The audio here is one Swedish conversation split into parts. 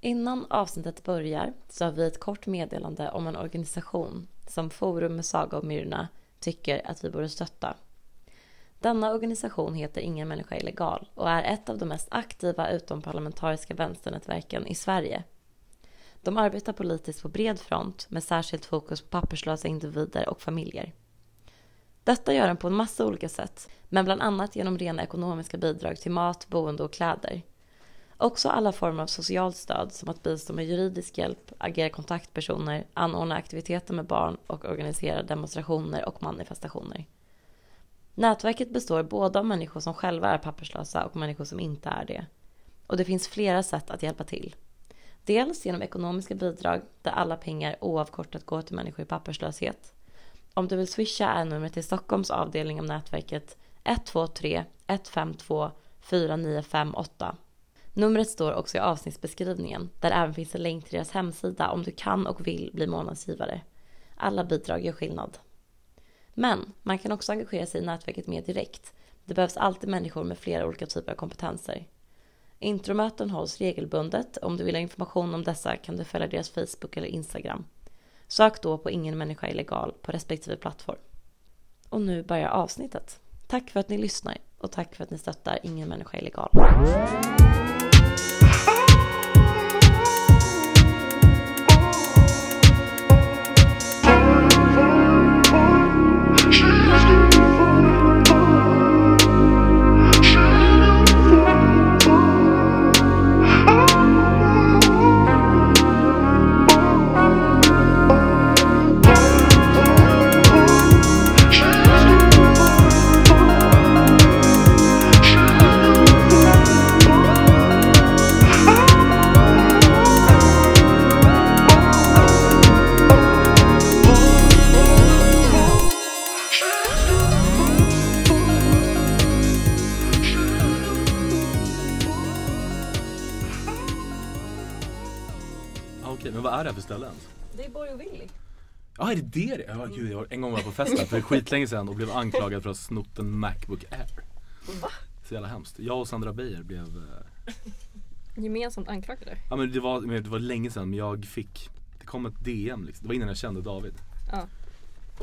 Innan avsnittet börjar så har vi ett kort meddelande om en organisation som Forum med Saga och Myrna tycker att vi borde stötta. Denna organisation heter Ingen människa är legal och är ett av de mest aktiva utomparlamentariska vänsternätverken i Sverige. De arbetar politiskt på bred front med särskilt fokus på papperslösa individer och familjer. Detta gör de på en massa olika sätt, men bland annat genom rena ekonomiska bidrag till mat, boende och kläder. Också alla former av socialt stöd som att bistå med juridisk hjälp, agera kontaktpersoner, anordna aktiviteter med barn och organisera demonstrationer och manifestationer. Nätverket består både av människor som själva är papperslösa och människor som inte är det. Och det finns flera sätt att hjälpa till. Dels genom ekonomiska bidrag där alla pengar oavkortat går till människor i papperslöshet. Om du vill swisha är numret till Stockholms avdelning av nätverket 123 152 4958. Numret står också i avsnittsbeskrivningen där även finns en länk till deras hemsida om du kan och vill bli månadsgivare. Alla bidrag gör skillnad. Men man kan också engagera sig i nätverket mer direkt. Det behövs alltid människor med flera olika typer av kompetenser. Intromöten hålls regelbundet. Om du vill ha information om dessa kan du följa deras Facebook eller Instagram. Sök då på Ingen människa är legal på respektive plattform. Och nu börjar avsnittet. Tack för att ni lyssnar och tack för att ni stöttar Ingen människa är legal. Ja, Okej, men vad är det här för ställe ens? Det är Borg och Willy. Ja, är det det det är? Ja, gud, jag var, en gång var jag på fest där för skitlänge sedan och blev anklagad för att ha snott en Macbook Air. Va? Så jävla hemskt. Jag och Sandra Beijer blev... eh, Gemensamt anklagade? Ja men det var, men det var länge sedan men jag fick... Det kom ett DM liksom. Det var innan jag kände David. Ja.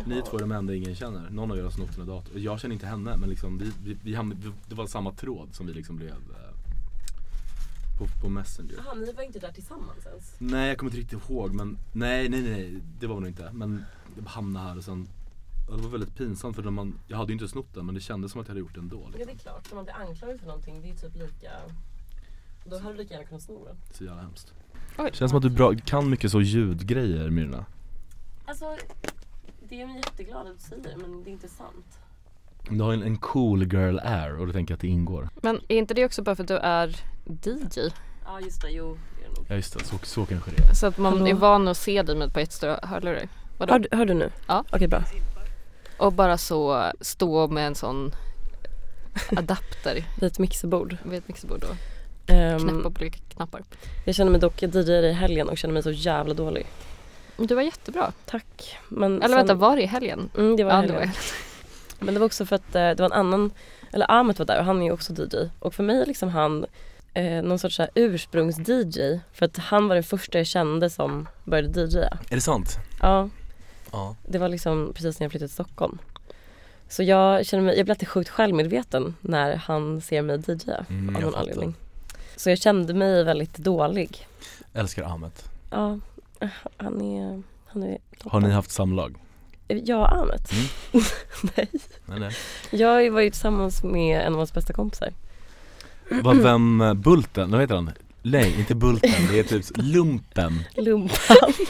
Ni två är de enda ingen känner. Någon av er har snott en dator. Och Jag känner inte henne men liksom vi, vi, vi hamnade, det var samma tråd som vi liksom blev eh, på, på Messenger. Jaha, ni var inte där tillsammans ens. Nej, jag kommer inte riktigt ihåg men nej, nej, nej, det var vi nog inte. Men jag hamnade här och sen, ja, det var väldigt pinsamt för när man, jag hade ju inte snott den men det kändes som att jag hade gjort det ändå. Ja, Liksom. det är klart. När man blir anklagad för någonting, det är typ lika... Då hade du lika gärna kunnat sno den. Så jävla hemskt. Oj. Känns som att du bra, kan mycket så ljudgrejer Myrna. Alltså, det är jag jätteglad att du säger, men det är inte sant. Du har en, en cool girl air och du tänker jag att det ingår. Men är inte det också bara för att du är DJ? Ja, just det. Jo, det är det nog. Ja just det, så, så kanske det är. Så att man Hallå? är van att se dig med ett par jättestora hörlurar. Vadå? Hör, hör du nu? Ja. Okej, bra. Och bara så stå med en sån adapter Vid ett mixerbord. vid ett mixerbord och Ehm, knäppa på olika knappar. jag känner mig dock, jag DJade i helgen och känner mig så jävla dålig. Men du var jättebra. Tack. Men Eller vänta, var det i helgen? Mm, det var i ja, det helgen. var i helgen. Men det var också för att eh, det var en annan, eller Ahmet var där och han är ju också DJ. Och för mig är liksom han eh, någon sorts så här ursprungs-DJ. För att han var den första jag kände som började DJa. Är det sant? Ja, Ja. det var liksom precis när jag flyttade till Stockholm. Så jag känner mig, jag blir alltid sjukt självmedveten när han ser mig DJa. Mm, Av någon anledning. Så jag kände mig väldigt dålig. Älskar Ahmet. Ja, han är... Han är Har ni haft samlag? Jag och Ahmet. Mm. Nej. Nej, nej. Jag var ju tillsammans med en av hans bästa kompisar. Vad, vem, eh, Bulten, vad heter han? Nej, inte Bulten, det är typ Lumpen. Lumpan.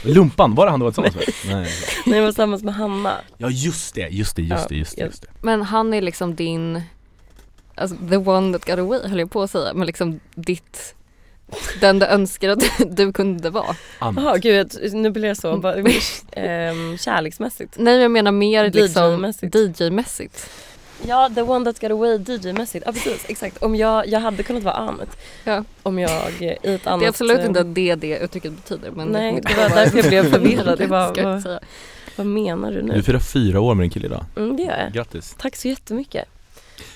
Lumpan, var det han du var tillsammans med? Nej. När jag var tillsammans med Hanna. Ja just det, just det, just Ja, det, just det, ja. just det. Men han är liksom din, alltså the one that got away höll jag på att säga, men liksom ditt, den du önskar att du kunde vara. Ahmet. Jaha, gud jag- nu blir jag så bara, ehm, kärleksmässigt. Nej jag menar mer liksom DJ-mässigt. DJ-mässigt. Ja, the one that got away DJ-mässigt. Ja precis, exakt. Om jag, jag hade kunnat vara Ahmet. Ja. Om jag eh, i ett annat... Det är absolut eh, inte det det uttrycket betyder. Men Nej, kommer det inte var på vad därför jag blev förvirrad. Det ska var- jag var- säga. Vad menar du Du nu? firar fyra år med din kille idag. Mm, det gör jag. Grattis. Tack så jättemycket.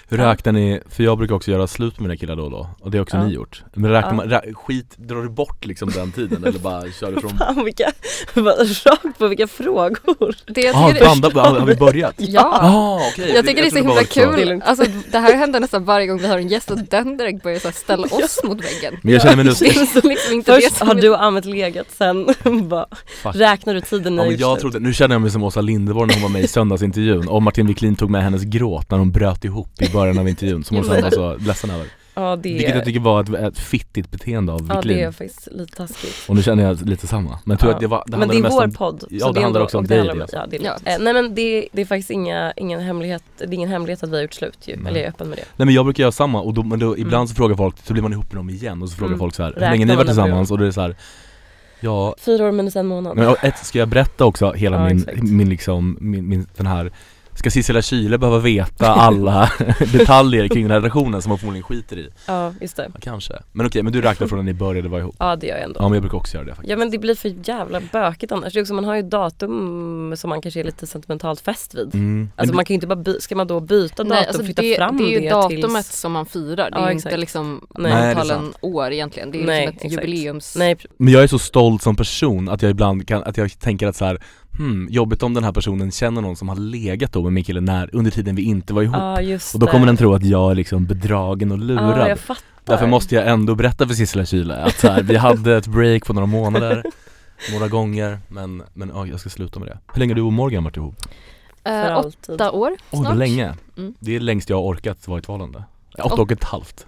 Hur räknar ni, för jag brukar också göra slut med mina killar då och då och det har också Ja. ni gjort Men räknar Ja. man, rä, skit, drar du bort liksom den tiden eller bara kör du från Fan vilka, vad rakt på vilka frågor. Det jag Ah, tycker är, banda, har, har vi börjat? ja. Ah, okej. Jag tycker det är så trodde bara det himla var ett svar. Det är kul. lugnt. Alltså det här händer nästan varje gång vi har en gäst och den direkt börjar så här ställa oss mot väggen. Men jag känner mig nu, Det är liksom inte det Först som har är- du och Ahmed legat, sen bara Fuck. räknar du tiden när ja, ni men gjort jag slut. trodde, nu känner jag mig som Åsa Linderborg när hon var med i söndagsintervjun och Martin Wiklin tog med hennes gråt när hon bröt ihop i början av intervjun som hon sen var så ledsen över Ja det Vilket jag tycker var ett, ett fittigt beteende av Ja Wiklin det är faktiskt lite taskigt. Och nu känner jag lite samma, men jag tror Ja. att det var, det men det handlade är mest vår om podd. Ja, så det är handlar vår- också om och dig, handlar alltså. Ja, det är Ja. lugnt. eh, nej men det, det är faktiskt inga, ingen hemlighet, det är ingen hemlighet att vi har gjort slut ju, Nej. eller jag är öppen med det. Nej men jag brukar göra samma och då, men då, ibland Mm. så frågar folk, så blir man ihop med dem igen och så frågar Mm. folk så här, hur Räknar länge ni man var den tillsammans? Och då är det så här, ja, Fyra år minus en månad. men och ett, ska jag berätta också hela Ja, min, exakt. min liksom, min, min, den här Ska Sissela Kyle behöva veta alla detaljer kring den här relationen som hon förmodligen skiter i? Ja just det. Ja, kanske. Men okej, men du räknar från när ni började vara ihop? Ja det gör jag ändå. Ja men jag brukar också göra det faktiskt. Ja men det blir för jävla bökigt annars. Det är också, man har ju datum som man kanske är lite sentimentalt fäst vid. Mm. Men Alltså det- man kan ju inte bara by- ska man då byta datum Nej, alltså och flytta det, fram det det, är ju datumet tills... som man firar, det är Ja, ju exakt. inte liksom Nej. Nej, det är antalen år egentligen, det är Nej, liksom ett exakt. jubileums... Nej, pr- Men jag är så stolt som person att jag ibland kan, att jag tänker att så här, hmm, jobbigt om den här personen känner någon som har legat då med min kille när, under tiden vi inte var ihop. ja just Och då kommer det. den tro att jag är liksom bedragen och lurad. Ja jag fattar. Därför måste jag ändå berätta för Sissela Kyle att så här, vi hade ett break på några månader, några gånger, men, men ja, jag ska sluta med det. Hur länge har du och Morgan varit ihop? För Eh, alltid. åtta år Oj, vad snart. länge. Mm. Det är längst jag har orkat vara i ett förhållande. Ja, Åtta Och- och ett halvt.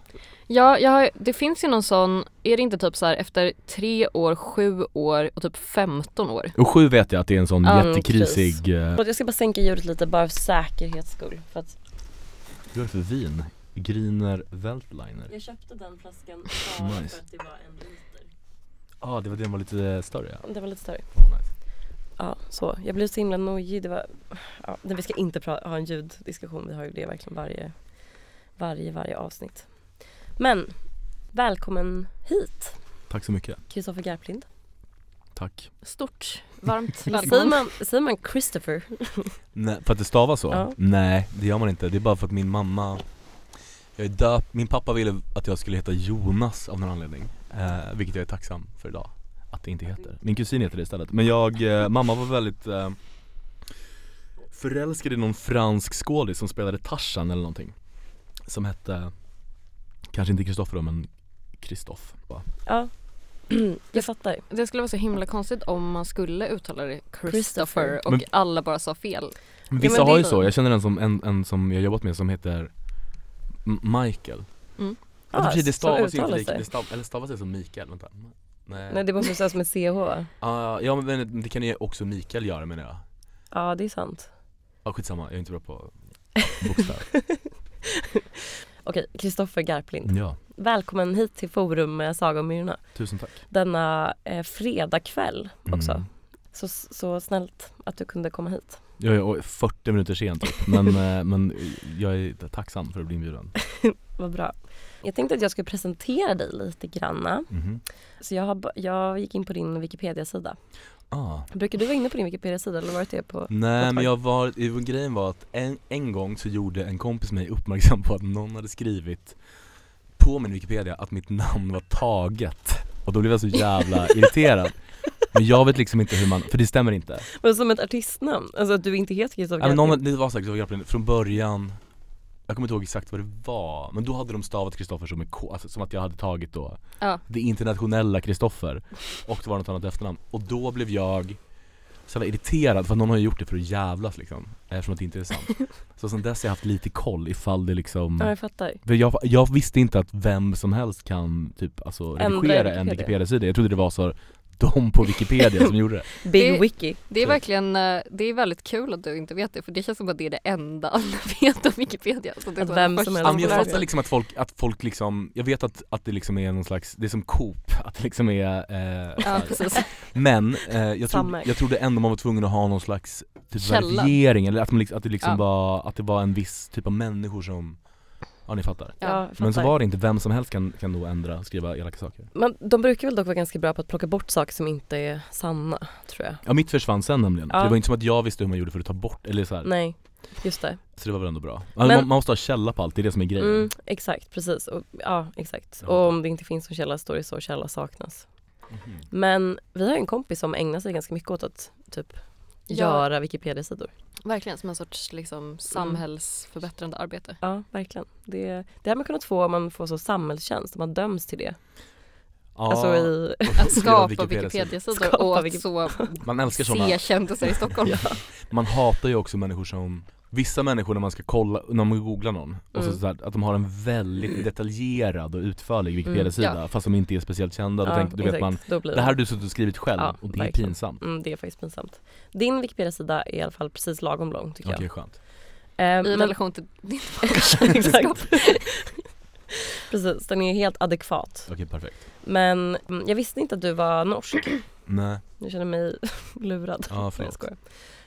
Ja, jag har, det finns ju någon sån, är det inte typ så här efter tre år, sju år och typ 15 år? Och sju vet jag att det är en sån Ja, jättekrisig, eh, Förlåt, Jag ska bara sänka ljudet lite bara för säkerhets skull. För att vad är det för vin? Griner Veltliner. jag köpte den flaskan bara Nice. för att det var en liter. Ja ah, det var den var lite eh, större ja. Det var lite större. Åh, nice. Ja, så. Jag blev så himla nojig. Det var, ja, nej, vi ska inte pra- ha en ljuddiskussion. Vi har ju det verkligen varje, varje, varje avsnitt. Men välkommen hit, Tack så mycket, Kristoffer Garplind. tack. Stort, varmt Säger välkommen. man, säger man Christopher? Nej, för att det stavas så? Ja. Nej det gör man inte, det är bara för att min mamma jag är döpt, min pappa ville att jag skulle heta Jonas av någon anledning eh, Vilket jag är tacksam för idag, att det inte heter Min kusin heter det istället, men jag, eh, mamma var väldigt eh, förälskad i någon fransk skådis som spelade Tarzan eller någonting Som hette, kanske inte Kristoffer då men Kristoff va? Ja, jag fattar. Det skulle vara så himla konstigt om man skulle uttala det Christopher Christopher. och Men- alla bara sa fel. Men Ja, vissa men det- har ju så, jag känner en som, en, en som jag jobbat med som heter M- Michael Ja, det, det Mm. så stavas ju inte uttalas lika, det. det stav, eller stavas det som Mikael? Vänta. Nej. Nej, det måste sägas med CH va? Ah, ja men det kan ju också Mikael göra menar jag. Ja, det är sant. Ja skitsamma, jag är inte bra på bokstäver. Okej, Kristoffer Garplind. ja, Välkommen hit till Forum med Saga och Myrorna. tusen tack. Denna eh, fredagkväll också. Mm. Så, så snällt att du kunde komma hit. Jag är oj, 40 minuter sen typ, men, eh, men jag är tacksam för att bli inbjuden. Vad bra. Jag tänkte att jag skulle presentera dig lite granna. Mhm. Så jag, har, ba- jag gick in på din Wikipedia-sida. Ah. Brukar du vara inne på din Wikipedia-sida eller har du varit det på? Vad Nej men tack. jag var, eh, grejen var att en, en gång så gjorde en kompis mig uppmärksam på att någon hade skrivit på min Wikipedia att mitt namn var taget och då blev jag så jävla irriterad. Men jag vet liksom inte hur man, för det stämmer inte. Men som ett artistnamn, alltså att du inte heter Kristoffer Nej, men någon, Garplind. det var säkert så Garplind, från början Jag kommer inte ihåg exakt vad det var, men då hade de stavat Kristoffer som, en K, alltså, som att jag hade tagit då Ja. Det internationella Kristoffer och det var något annat efternamn och då blev jag så jävla irriterad för att någon har ju gjort det för att jävlas liksom Eftersom att det inte är sant Så sen dess har jag haft lite koll ifall det Ja, liksom jag fattar. för jag, jag visste inte att vem som helst kan typ alltså Ändra i redigera en Wikipedia. Wikipedia-sida Jag trodde det var så de på Wikipedia som gjorde det Big Det- Wiki. Det är Så. verkligen, eh, det är väldigt kul att du inte vet det för det känns som att det är det enda alla vet om Wikipedia. Så det Att var vem det som första Ja, helst men jag Eller- fattar liksom att folk, att folk liksom, jag vet att, att det liksom är någon slags, det är som Coop, att det liksom är eh, Ja, så här. precis. Men eh, jag, trodde, Samma. jag trodde ändå man var tvungen att ha någon slags typ Källa. verifiering eller att, man, liksom- att det liksom Ja. var, att det var en viss typ av människor som, ja ni fattar Ja, Ja. jag fattar. Men så var det inte, vem som helst kan, kan då ändra, skriva elaka saker Men de brukar väl dock vara ganska bra på att plocka bort saker som inte är sanna, tror jag. Ja mitt försvann sen nämligen, Ja. det var inte som att jag visste hur man gjorde för att ta bort, eller så här. Nej. Just det. Så det var väl ändå bra. Alltså, Men- man, man måste ha källa på allt, det är det som är grejen. Mm, exakt, precis. Och, ja, exakt. Ja. Och om det inte finns någon källa står det så källa saknas. Mhm. Men vi har en kompis som ägnar sig ganska mycket åt att typ Ja. göra Wikipedia-sidor. Verkligen som en sorts liksom, samhällsförbättrande arbete. Ja, verkligen. Det, det hade man kunnat få om man får så samhällstjänst, om man döms till det. Ja, Alltså i, och göra Att skapa Wikipedia-sidor. Wikipedia-sidor Skapa och att Wiki- så Man älskar sådana se kändisar i Stockholm. Ja. Man hatar ju också människor som Vissa människor när man ska kolla, när man googlar någon, och så Mm. så här, att de har en väldigt detaljerad och utförlig Wikipedia-sida Mm, ja. fast de inte är speciellt kända, då ja, tänk, då vet exakt. man Då blir Det här har du suttit och skrivit själv Ja, och det är verkligen. pinsamt Mm, det är faktiskt pinsamt. Din Wikipedia-sida är i alla fall precis lagom lång tycker Okej, skönt jag. Eh, I men- relation till din Exakt. partnerskap. Precis, den är helt adekvat. Okej, perfekt Men mm, jag visste inte att du var norsk. Nej, Jag känner mig lurad. ja Nej, jag förlåt skojar.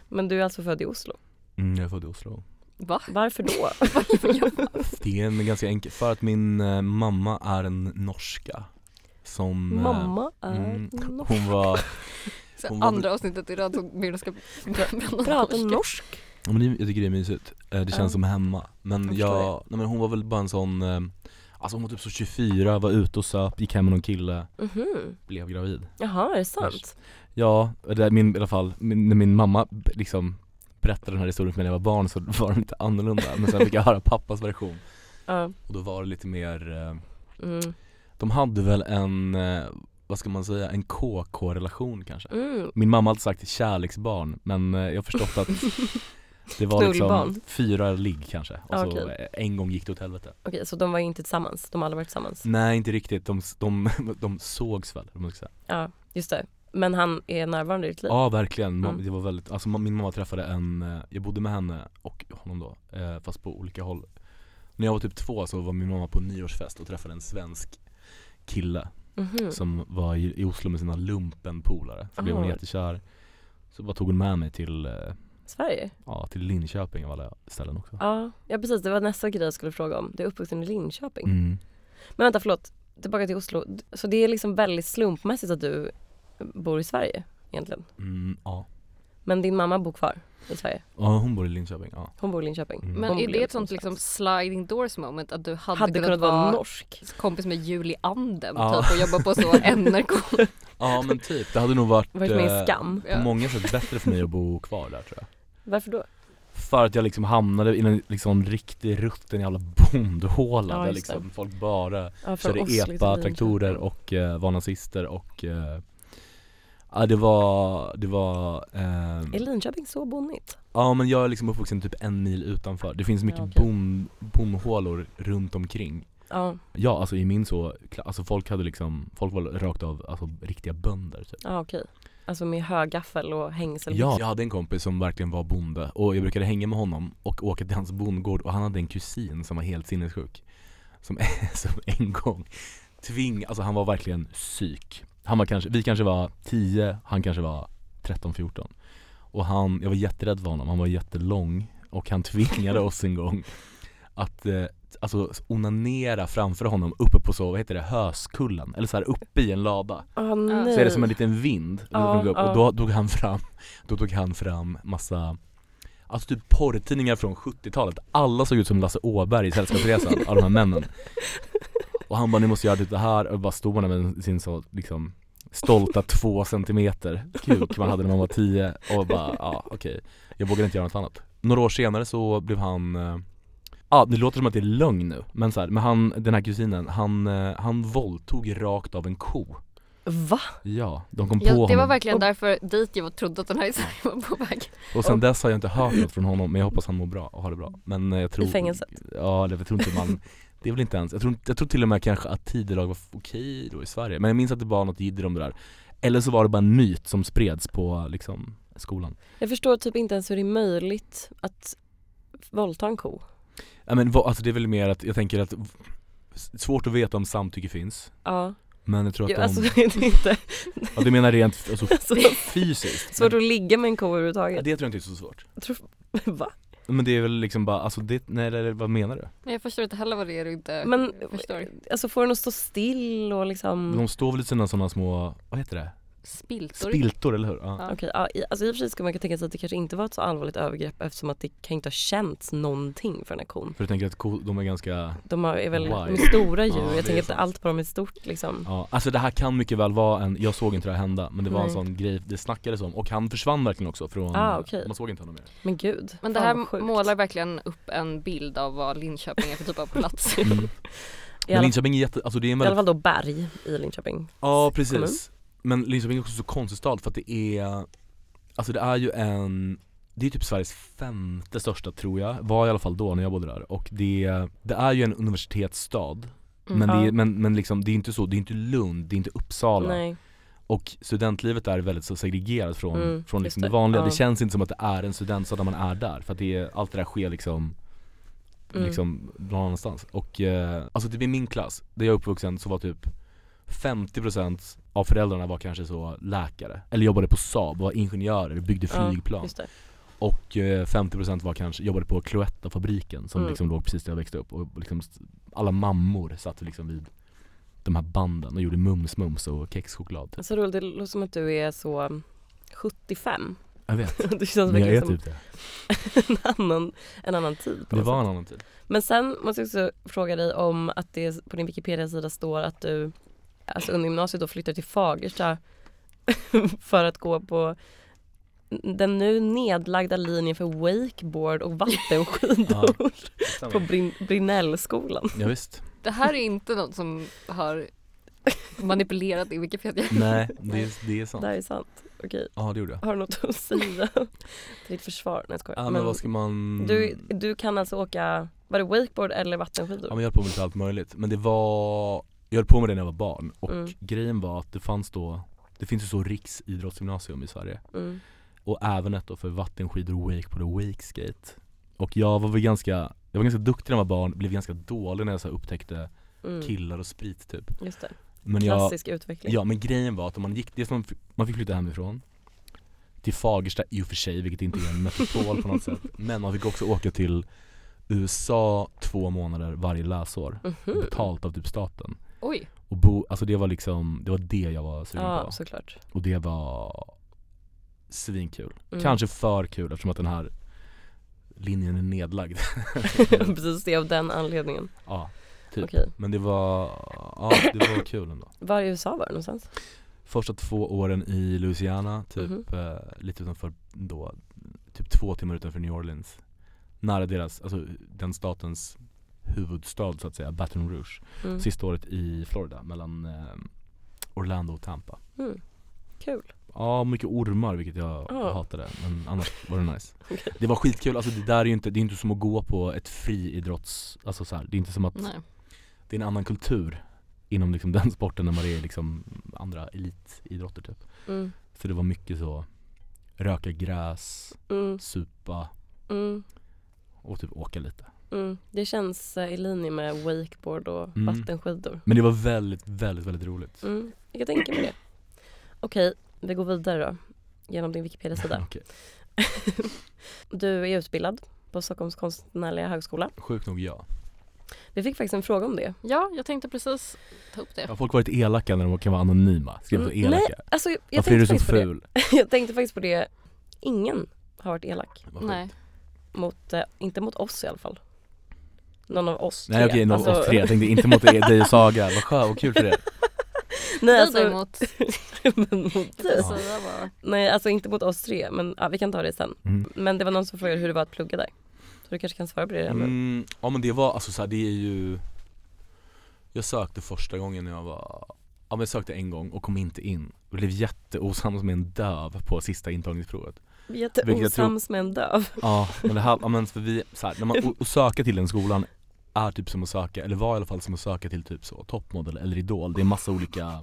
Men du är alltså född i Oslo. mm, Jag är född i Oslo Va? Varför då? Det är en ganska enkel, för att min eh, mamma är en norska Som eh, Mamma är mm. norsk. Hon var, Så Hon var- andra avsnittet i rad som Myrna ska Pratar norsk. ja, men det- jag tycker det är mysigt, Eh, det känns Ja. som hemma Men Jag jag, förstår nej men hon var väl bara en sån eh, Alltså hon var typ så 24, var ute och söp, gick hem med någon kille, Mhm. blev gravid Jaha, är det sant? Ja, det är min, i alla fall, min, när min mamma b- liksom berättade den här historien för mig när jag var barn så var den lite annorlunda Men sen fick jag höra pappas version Ja. och då var det lite mer eh, Mm. De hade väl en, eh, vad ska man säga, en KK-relation kanske Mm. Min mamma har alltid sagt kärleksbarn men eh, jag har förstått att det var liksom Knullbarn. fyra ligg kanske och så Okej. eh, en gång gick det åt helvete Okej, så de var ju inte tillsammans. De har aldrig varit tillsammans. Nej inte riktigt, de, de, de sågs väl om man ska säga. Ja, just det. Men han är närvarande i ditt liv? Ja verkligen, Ma- Mm. det var väldigt, alltså ma- min mamma träffade en, eh, jag bodde med henne och honom då, eh, fast på olika håll När jag var typ två så var min mamma på en nyårsfest och träffade en svensk kille Mhm. som var i, i Oslo med sina lumpenpolare, så blev hon Ah. jättekär Så bara tog hon med mig till, eh, Sverige? ja till Linköping av alla ställen också Ja. ja, precis. Det var nästa grej jag skulle fråga om. Du är uppvuxen i Linköping. mm. Men vänta, förlåt. Tillbaka till Oslo. D- Så det är liksom väldigt slumpmässigt att du bor i Sverige egentligen. Mm, ja. Men din mamma bor kvar i Sverige. ja, hon bor i Linköping, ja Hon bor i Linköping. Mm. Men Hon är blev det ett sånt liksom liksom sliding doors moment att du hade, Hade, kunnat vara norsk. kompis med Julie Anden Ja. typ och jobba på så NRK. Ja men typ, det hade nog varit, Varit med eh, i Skam. på många sätt bättre för mig att bo kvar där tror jag Varför då? För att jag liksom hamnade i en liksom riktig rutten jävla bondhåla Ja, där just det. liksom folk bara Ja, från körde Oslo till epa-traktorer Linköping. och eh, var nazister och eh, Ja det var, det var, ehm, Är Linköping så bonnigt? ja men jag är liksom uppvuxen typ en mil utanför Det finns mycket Ja, okej. bom, bomhålor runt omkring Ja, Ja alltså i min så, kla- alltså folk hade liksom, folk var rakt av alltså riktiga bönder typ ja okej. Alltså med högaffel och hängsel. Ja, jag hade en kompis som verkligen var bonde och jag brukade hänga med honom och åka till hans bondgård och han hade en kusin som var helt sinnessjuk. Som, som en gång tving, alltså han var verkligen psyk. Han var kanske, vi kanske var 10, han kanske var 13, 14. Och han, jag var jätterädd för honom, han var jättelång och han tvingade oss en gång att eh, Alltså onanera framför honom uppe på så, vad heter det, höskullen? Eller så här uppe i en lada Åh, Ah, nej. så är det som en liten vind och, Ja, då, går upp, ja. och då tog han fram, då tog han fram massa Alltså typ porrtidningar från 70-talet, alla såg ut som Lasse Åberg i Sällskapsresan av de här männen Och han bara ni måste göra typ det här och bara stod man där med sin så liksom stolta två centimeter kuk man hade när man var tio och bara ja okej, jag vågade inte göra något annat Några år senare så blev han eh, Ja, det låter som att det är lögn nu, men så här, men han, den här kusinen, han, eh, han våldtog rakt av en ko Va? Ja, de kom på Ja, det var honom verkligen därför dit jag trodde att den här historien var på väg. och sen dess har jag inte hört något från honom men jag hoppas han mår bra och har det bra Men eh, jag tror I fängelset? Ja, det- jag tror inte man Det är väl inte ens, jag tror, inte- jag tror till och med kanske att tidelag var f- okej då i Sverige Men jag minns att det var något jidder om det där Eller så var det bara en myt som spreds på liksom skolan Jag förstår typ inte ens hur det är möjligt att våldta en ko. Nej men vad- alltså det är väl mer att, jag tänker att s- Svårt att veta om samtycke finns Ja, Men jag tror att jo, de, alltså det är inte ja du menar rent f- alltså, alltså, fysiskt? svårt men, att ligga med en ko ja, överhuvudtaget. det tror jag inte är så svårt Va? Men det är väl liksom bara, alltså det, nej eller vad menar du? Men jag förstår inte heller vad det är du inte Men förstår. alltså får den att stå still och liksom De står väl i sina sådana små, vad heter det? Spiltor. Spiltor, eller hur? Ja. Ja. Okej, ja, i- alltså i och för sig skulle man kunna tänka sig att det kanske inte var ett så allvarligt övergrepp eftersom att det kan inte ha känts någonting för den här kon. För jag tänker att ko- de är ganska, De har- är väl de är Why? stora djur, Ja, det är jag tänker att sant. allt på dem är stort liksom. ja, alltså det här kan mycket väl vara en, jag såg inte det här hända men det var en Nej. sån grej det snackades om och han försvann verkligen också från, Ah, okej. man såg inte honom mer. Men gud, Men det fan här vad sjukt. målar verkligen upp en bild av vad Linköping är för typ av plats. Mm. I Men alla, Linköping är jätte, alltså det är en I alla väldigt, fall då berg i Linköping. ja precis. Men Linköping är också så konstig stad för att det är, alltså det är ju en, det är typ Sveriges femte största tror jag, var i alla fall då när jag bodde där och det, det är ju en universitetsstad Mm. Men, det Ja. är, men, men liksom, det är inte så, det är inte Lund, det är inte Uppsala Nej. och studentlivet där är väldigt så segregerat från, Mm, från just liksom det det. vanliga. Ja. Det känns inte som att det är en studentstad när man är där för att det är, allt det där sker liksom Mm. Liksom någon annanstans och eh, alltså typ i min klass, där jag är uppvuxen så var typ 50% av föräldrarna var kanske så läkare eller jobbade på Saab, var ingenjörer, byggde Ja, flygplan Just det. och eh, 50% var kanske, jobbade på Cloetta-fabriken som Mm. liksom låg precis där jag växte upp och liksom st- alla mammor satt liksom vid de här banden och gjorde mums-mums och kexchoklad typ. Så roligt, Alltså, det låter som att du är så um, 75. Jag vet, Det känns men jag är verkligen som typ det. en, annan, en annan tid. På Det något var sätt. en annan tid. Men sen måste jag också fråga dig om att det på din Wikipedia-sida står att du alltså under gymnasiet då flyttar till Fagersta för att gå på den nu nedlagda linjen för wakeboard och vattenskidor på Brin- Brinnellskolan. Ja, visst. Det här är inte något som har manipulerat i Wikipedia. Nej, det är, det är sant. Det här är sant. Okej, Ja det gjorde jag. har du något att säga till ditt försvar? Nej jag skojar. Ja men, vad ska mm. man... du, du kan alltså åka, var det wakeboard eller Ja vattenskidor? men jag höll på med lite allt möjligt. Men det var, jag höll på med det när jag var barn och Mm. grejen var att det fanns då, det finns ju så riksidrottsgymnasium i Sverige Mm. och även ett då för vattenskidor, wakeboard och wakeskate. Och jag var väl ganska, jag var ganska duktig när jag var barn, blev ganska dålig när jag så här upptäckte Mm. killar och sprit typ. Just det, Men jag, klassisk utveckling. ja men grejen var att om man gick, det är som, man fick flytta hemifrån till Fagersta i och för sig, vilket inte är en metropol på något sätt. Men man fick också åka till USA två månader varje läsår. Mhm. Betalt av typ staten. Oj, Och bo, alltså det var liksom, det var det jag var sugen Ja på. såklart. Och det var svinkul. Mm. Kanske för kul eftersom att den här linjen är nedlagd. Precis, det är av den anledningen. ja, typ. Okej. Men det var, ja det var kul ändå. Var i USA var det någonstans? Första två åren i Louisiana, typ eh, lite utanför då, typ två timmar utanför New Orleans. Nära deras, alltså den statens huvudstad så att säga, Baton Rouge. Mm. Sista året i Florida, mellan eh, Orlando och Tampa. Mm. Kul. Ja, mycket ormar vilket jag Ja. hatade men annars var det nice Det var skitkul, alltså det där är ju inte, det är inte som att gå på ett friidrotts, alltså så här, det är inte som att nej. det är en annan kultur inom liksom den sporten när man är liksom andra elitidrotter typ Mm. Så det var mycket så, röka gräs, Mm. supa Mm. och typ åka lite Mm. Det känns eh, i linje med wakeboard och Mm. vattenskidor. Men det var väldigt, väldigt, väldigt roligt Mm. Jag kan tänka mig det. Okej, vi går vidare då. Genom din Wikipedia-sida. Okej. Du är utbildad på Stockholms konstnärliga högskola. Sjukt nog ja. Vi fick faktiskt en fråga om det. Ja, jag tänkte precis ta upp det. Har folk varit elaka när de kan vara anonyma? Skrivit så Mm, elaka? nej, Alltså, jag, jag, Varför är du tänkte så faktiskt på det. ful? jag tänkte faktiskt på det. Ingen har varit elak. Vad sjukt. Alltså, Nej. Mot, eh, inte mot oss i alla fall. Någon av oss Nej okej, någon av Alltså- oss tre. Jag tänkte inte mot er- dig och Saga, vad skönt, vad kul för er. Nej Alltså, alltså, däremot, men mot dig. Ja. säga bara. Nej alltså inte mot oss tre men ja, vi kan ta det sen. Mm. Men det var någon som frågade hur det var att plugga där. Så du kanske kan svara på det redan nu. Mm, ja men det var, alltså så här, det är ju Jag sökte första gången när jag var Ja men jag sökte en gång och kom inte in och blev jätteosams med en döv på sista intagningsprovet vilket jag tror- Jätteosams med en döv. Ja men det här, ja, men för vi, så här, när man, och, och söka till den skolan är typ som att söka, eller var i alla fall som att söka till typ så toppmodell eller idol Det är massa olika,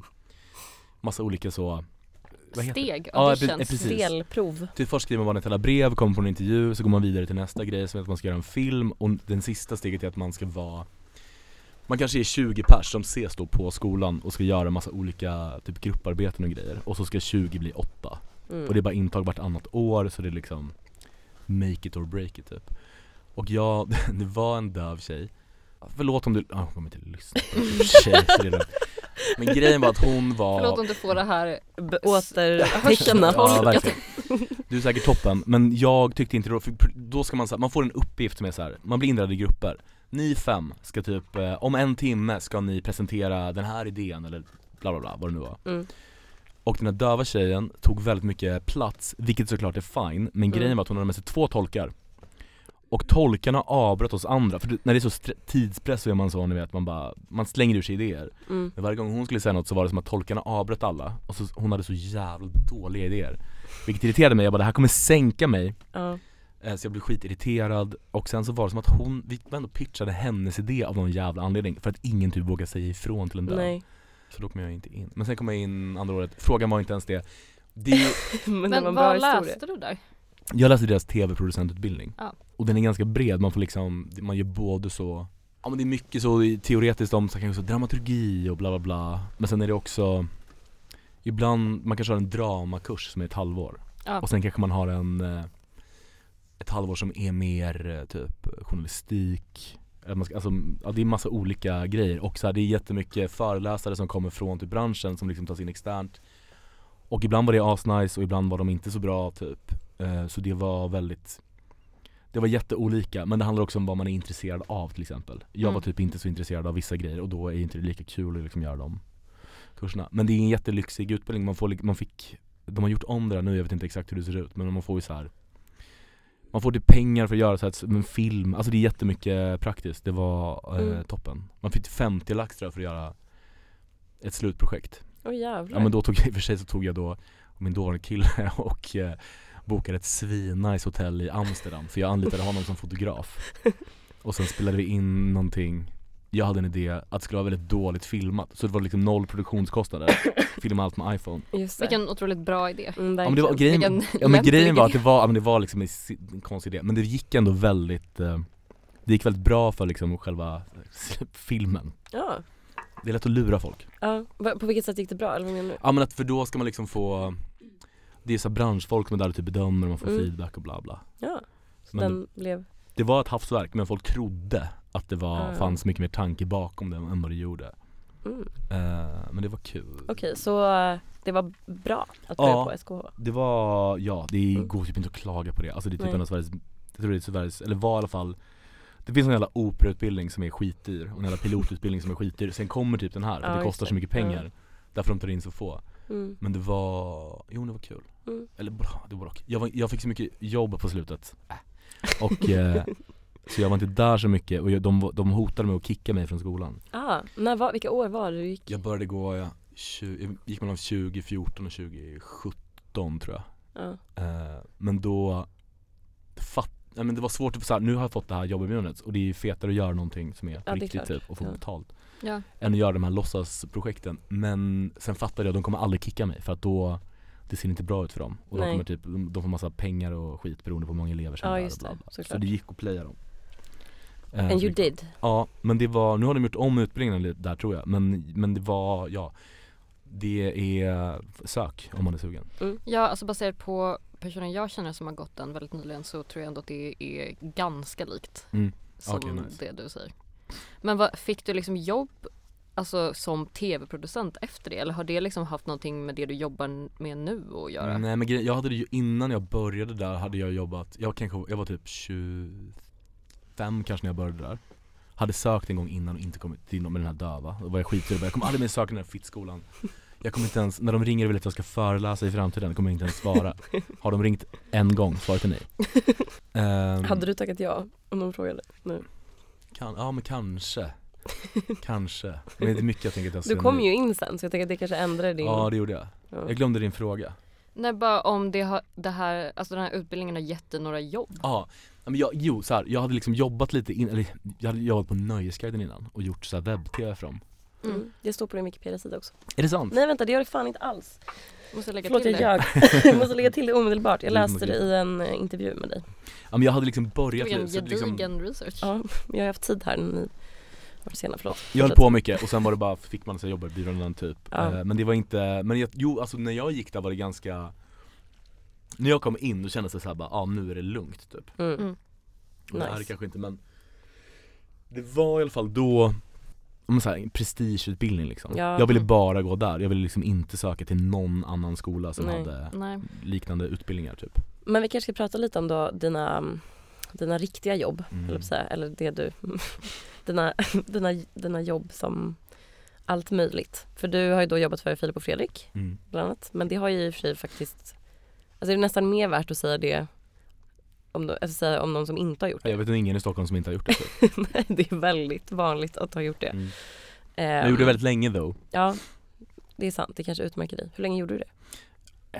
massa olika så vad heter det? Steg, Ja, auditions. pre- precis. Delprov. Typ först skriver man ett hela brev, kommer på en intervju, så går man vidare till nästa grej som är att man ska göra en film och den sista steget är att man ska vara Man kanske är 20 pers som ses då på skolan och ska göra massa olika typ grupparbeten och grejer och så ska 20 bli 8 Mm. och det är bara intag vartannat år så det är liksom Make it or break it typ Och jag, det var en döv tjej Förlåt om du, ah, hon kommer inte lyssna på det i och för sig, så det är lugnt. Men grejen var att hon var Förlåt om du får det här B- tecknat. Återtecknat. Ja verkligen. Du är säkert toppen, men jag tyckte inte då, för då ska man så här, man får en uppgift som är så här, man blir indelad i grupper Ni fem ska typ, eh, om en timme ska ni presentera den här idén eller bla bla bla vad det nu var Mm. Och den här döva tjejen tog väldigt mycket plats, vilket såklart är fine, men grejen var att hon hade med sig två tolkar och tolkarna avbröt oss andra, för när det är så stre- tidspress så är man så ni vet, man bara, man slänger ur sig idéer Mm. men varje gång hon skulle säga något så var det som att tolkarna avbröt alla och så, hon hade så jävla dåliga idéer Vilket irriterade mig, jag bara det här kommer sänka mig Ja. Eh, Så jag blev skitirriterad och sen så var det som att hon, vi var ändå pitchade hennes idé av någon jävla anledning För att ingen typ vågade säga ifrån till en döv Nej. Så då kom jag inte in, men sen kom jag in andra året, frågan var inte ens det, det är ju, Men, det Men var en bra vad historia. läste du där? Jag läste deras tv-producentutbildning Ja. och den är ganska bred, man får liksom, man gör både så Ja men det är mycket så teoretiskt om så kanske så dramaturgi och bla bla bla Men sen är det också Ibland, man kanske har en dramakurs som är ett halvår Ja. och sen kanske man har en eh, Ett halvår som är mer eh, typ journalistik Eller man ska- Alltså, ja, det är massa olika grejer och så här, det är jättemycket föreläsare som kommer från typ branschen som liksom tas in externt Och ibland var det asnice och ibland var de inte så bra typ Eh, Så det var väldigt Det var jätteolika men det handlar också om vad man är intresserad av till exempel Jag var Mm. typ inte så intresserad av vissa grejer och då är ju inte det lika kul att liksom göra de kurserna Men det är en jättelyxig utbildning, man, får, li- man fick De har gjort om det där nu, jag vet inte exakt hur det ser ut men man får ju så här man får typ pengar för att göra så här, s- en film, alltså det är jättemycket praktiskt, det var eh, Mm. toppen Man fick 50 lax tror jag för att göra ett slutprojekt Åh jävlar. Ja men då tog jag, i och för sig så tog jag då min dåvarande kille och eh, bokade ett svinnice hotell i Amsterdam för jag anlitade honom som fotograf Och sen spelade vi in någonting Jag hade en idé att det skulle vara väldigt dåligt filmat så det var liksom noll produktionskostnader Filma allt med iPhone Just det. Vilken otroligt bra idé. Mm, Ja men, det var, Vilken grejen, ja, men lämplig grejen var idé. att det var, ja, men det var liksom en si- en konstig idé men det gick ändå väldigt eh, Det gick väldigt bra för liksom själva eh, filmen ja. Det är lätt att lura folk ja. Va- På vilket sätt gick det bra? Eller vad menar du? Ja men att för då ska man liksom få Det är så här branschfolk som är där och typ bedömer och man får Mm. feedback och bla bla Ja. Så Men den blev... Det var ett havsverk men folk trodde att det var, Ah. fanns mycket mer tanke bakom det än vad det gjorde Mm. Eh, Men det var kul Okej, så eh, det var bra att Ja. börja på SKH? Det var, ja det Mm. går typ inte att klaga på det Alltså det är typ Nej. en av Sveriges, jag tror det är Sveriges, eller var i alla fall Det finns en jävla operautbildning som är skitdyr och en jävla pilotutbildning som är skitdyr Sen kommer typ den här för Ja, det just kostar det. så mycket Ja. pengar Därför de tar in så få Mm. Men det var, jo det var kul. Mm. Eller bra, det var bra. Jag, var, jag fick så mycket jobb på slutet. Äh. Och eh, så jag var inte där så mycket och jag, de, var- de hotade med att kicka mig från skolan. Ah, när var, vilka år var det du gick? Jag började gå, jag, 20, jag gick mellan 2014 och 2017 tror jag. Ja. Eh, men då, fatt, nej, men det var svårt att, så här, nu har jag fått det här jobberbjudandet och det är ju fetare att göra någonting som är på det är riktigt klart. typ och få Ja. betalt. Ja. Än att göra de här låtsasprojekten. Men sen fattade jag att de kommer aldrig kicka mig för att då det ser inte bra ut för dem. Och de, Nej. kommer typ, de de får massa pengar och skit beroende på hur många elever som Ja, är där just och bla, det. bla. Så Såklart. det gick att playa dem. Eh, And så you det- did? Ja, men det var, nu har de gjort om utbildningen lite där tror jag. Men, men det var, ja. Det är sök om man är sugen. Ja, alltså baserat på personen jag känner som har gått den väldigt nyligen så tror jag ändå att det är ganska likt Mm. som Okej, nice. det du säger. Men vad, fick du liksom jobb alltså, som tv-producent efter det eller har det liksom haft någonting med det du jobbar med nu att göra? Nej men grejen- jag hade det ju innan jag började där hade jag jobbat, jag kanske, jag var typ 25 kanske när jag började där Hade sökt en gång innan och inte kommit till någon med den här döva, då var jag skitjobbig, jag kommer aldrig mer söka den här fittskolan Jag kommer inte ens, när de ringer och vill att jag ska föreläsa i framtiden kommer jag inte ens svara Har de ringt en gång, svaret är nej Ehm, Hade du tackat ja om någon frågade? Nu. kan, Ja men kanske, kanske Men det är mycket jag tänker att jag Du ser kom nu. ju in sen så jag tänker att det kanske ändrade din... Ja det gjorde jag, Ja. jag glömde din fråga Nej, bara om det har, det här, alltså den här utbildningen har gett dig några jobb. Ja, ja, men jag, jo så här, jag hade liksom jobbat lite in, eller jag hade jobbat på Nöjesguiden innan och gjort så här webb-tv för dem Mm. Det står på din Wikipedia-sida också. Är det sant? Nej vänta, det gör det fan inte alls. Måste lägga Förlåt till jag det. ljög. jag måste lägga till det omedelbart. Jag Det är läste det möjligt. i en eh, intervju med dig. Ja men jag hade liksom börjat Vilken lite, så att liksom, gedigen research. Ja, jag har haft tid här när ni var sena, förlåt. jag höll på mycket och sen var det bara, fick man så här jobberbjudanden typ Ja. Eh, Men det var inte, men jag, jo alltså när jag gick där var det ganska När jag kom in då kändes det såhär bara, ja ah, nu är det lugnt typ Mm. Mm. Och Det här är Nice. kanske inte men Det var i alla fall då om så här, en prestigeutbildning liksom. Ja. Jag ville Mm. bara gå där, jag ville liksom inte söka till någon annan skola som Nej. hade Nej. liknande utbildningar typ. Men vi kanske ska prata lite om då dina, mm, dina riktiga jobb, Mm. eller, säga, eller det du, dina, dina, dina jobb som allt möjligt. För du har ju då jobbat för Filip och Fredrik Mm. bland annat, men det har ju i och för sig faktiskt, alltså det är nästan mer värt att säga det om, de, alltså säga om någon som inte har gjort Ja, Jag vet nog ingen i Stockholm som inte har gjort det typ. det. det är väldigt vanligt att ha gjort det. mm. Ehm, Jag gjorde det väldigt länge though, Ja, det är sant, det kanske utmärker dig. Hur länge gjorde du det?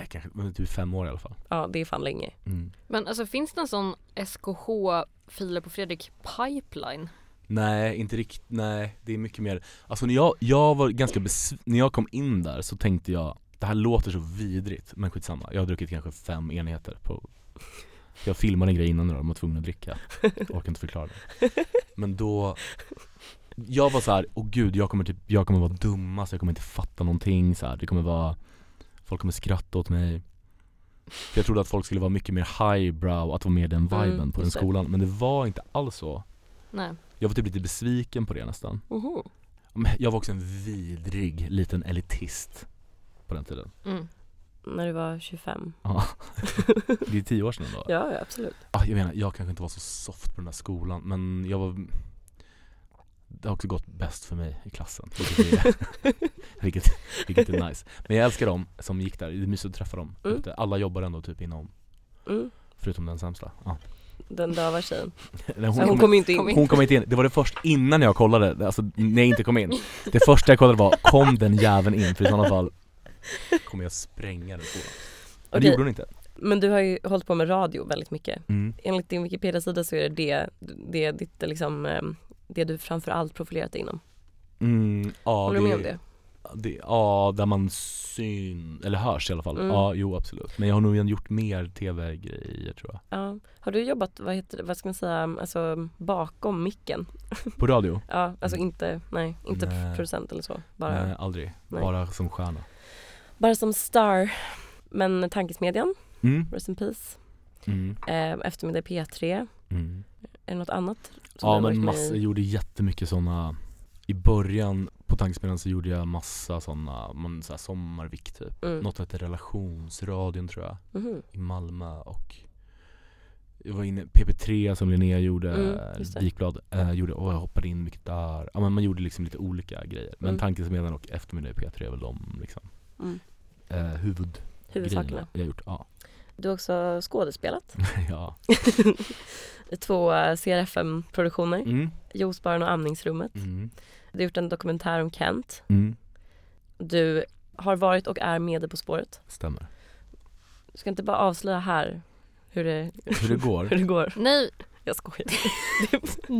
eh, kanske men typ fem år i alla fall. Ja, det är fan länge. Mm. Men alltså finns det en sån SKH Filip och Fredrik pipeline? Nej, inte riktigt, nej det är mycket mer Alltså när jag, jag var ganska besv- när jag kom in där så tänkte jag Det här låter så vidrigt, men skitsamma Jag har druckit kanske fem enheter på Jag filmade en grej innan idag, de var tvungna att dricka Jag orkar inte förklara det Men då Jag var så här, åh gud jag kommer typ, jag kommer vara dummast, jag kommer inte fatta någonting så här. Det kommer vara Folk kommer skratta åt mig För jag trodde att folk skulle vara mycket mer highbrow, att vara mer den viben Mm, på den just det. skolan Men det var inte alls så Nej. jag var typ lite besviken på det nästan. Oho. Men Jag var också en vidrig liten elitist på den tiden. Mm. När du var 25? Ja. Det är tio år sedan då. Ja, ja absolut. Ah, jag menar, jag kanske inte var så soft på den här skolan men jag var Det har också gått bäst för mig i klassen vilket är, vilket, vilket är nice. Men jag älskar dem som gick där, det är mysigt att träffa dem Mm. ute. Alla jobbar ändå typ inom, Mm. förutom den sämsta. Ja. Den döva tjejen. Eller Hon, hon kom- kom ju inte in. kom in. Hon kom inte in, det var det först innan jag kollade, alltså när jag inte kom in Det första jag kollade var, kom den jäveln in? För i sådana fall kommer jag spränga den skolan Men det Okej, gjorde hon inte Men du har ju hållit på med radio väldigt mycket. mm. Enligt din Wikipedia-sida så är det det, det, är ditt, liksom, ehm, det du framförallt profilerat dig inom. Mm, ja, Håller du med om det? det? Ja, där man syn, eller hörs i alla fall Mm. Ja, jo absolut Men jag har nog redan gjort mer tv-grejer tror jag Ja. Har du jobbat, vad, heter, det- vad ska man säga, alltså bakom micken? På radio? Ja, alltså inte, nej, inte Mm. Nej. producent eller så. Bara, Nej, aldrig Nej. Bara som stjärna bara som star. Men Tankesmedjan, mm. Rest in Peace, Mm. eh, Eftermiddag i P3, Mm. är det något annat? som Ja du har varit men med massa, jag i? gjorde jättemycket sådana I början på tankesmedjan så gjorde jag massa sådana, man, så här, sommarvik typ Mm. Något hette relationsradion tror jag, Mhm. i Malmö och jag var inne, PP3 som Linnea gjorde, Mm, just det. Wikblad, eh, gjorde, och jag hoppade in mycket där. Ja men man gjorde liksom lite olika grejer. Men Mm. Tankesmedjan och Eftermiddag i P3 är väl de liksom Mm. eh, huvudgrejerna Huvudsakerna. jag gjort. Ja. Du har också skådespelat ja. i två eh, CRFM-produktioner. Mm. Juicebaren och amningsrummet. Mm. Du har gjort en dokumentär om Kent. Mm. Du har varit och är med i På spåret. Stämmer. Du ska inte bara avslöja här hur det, Hur det går. hur det går. Nej. Jag skojar.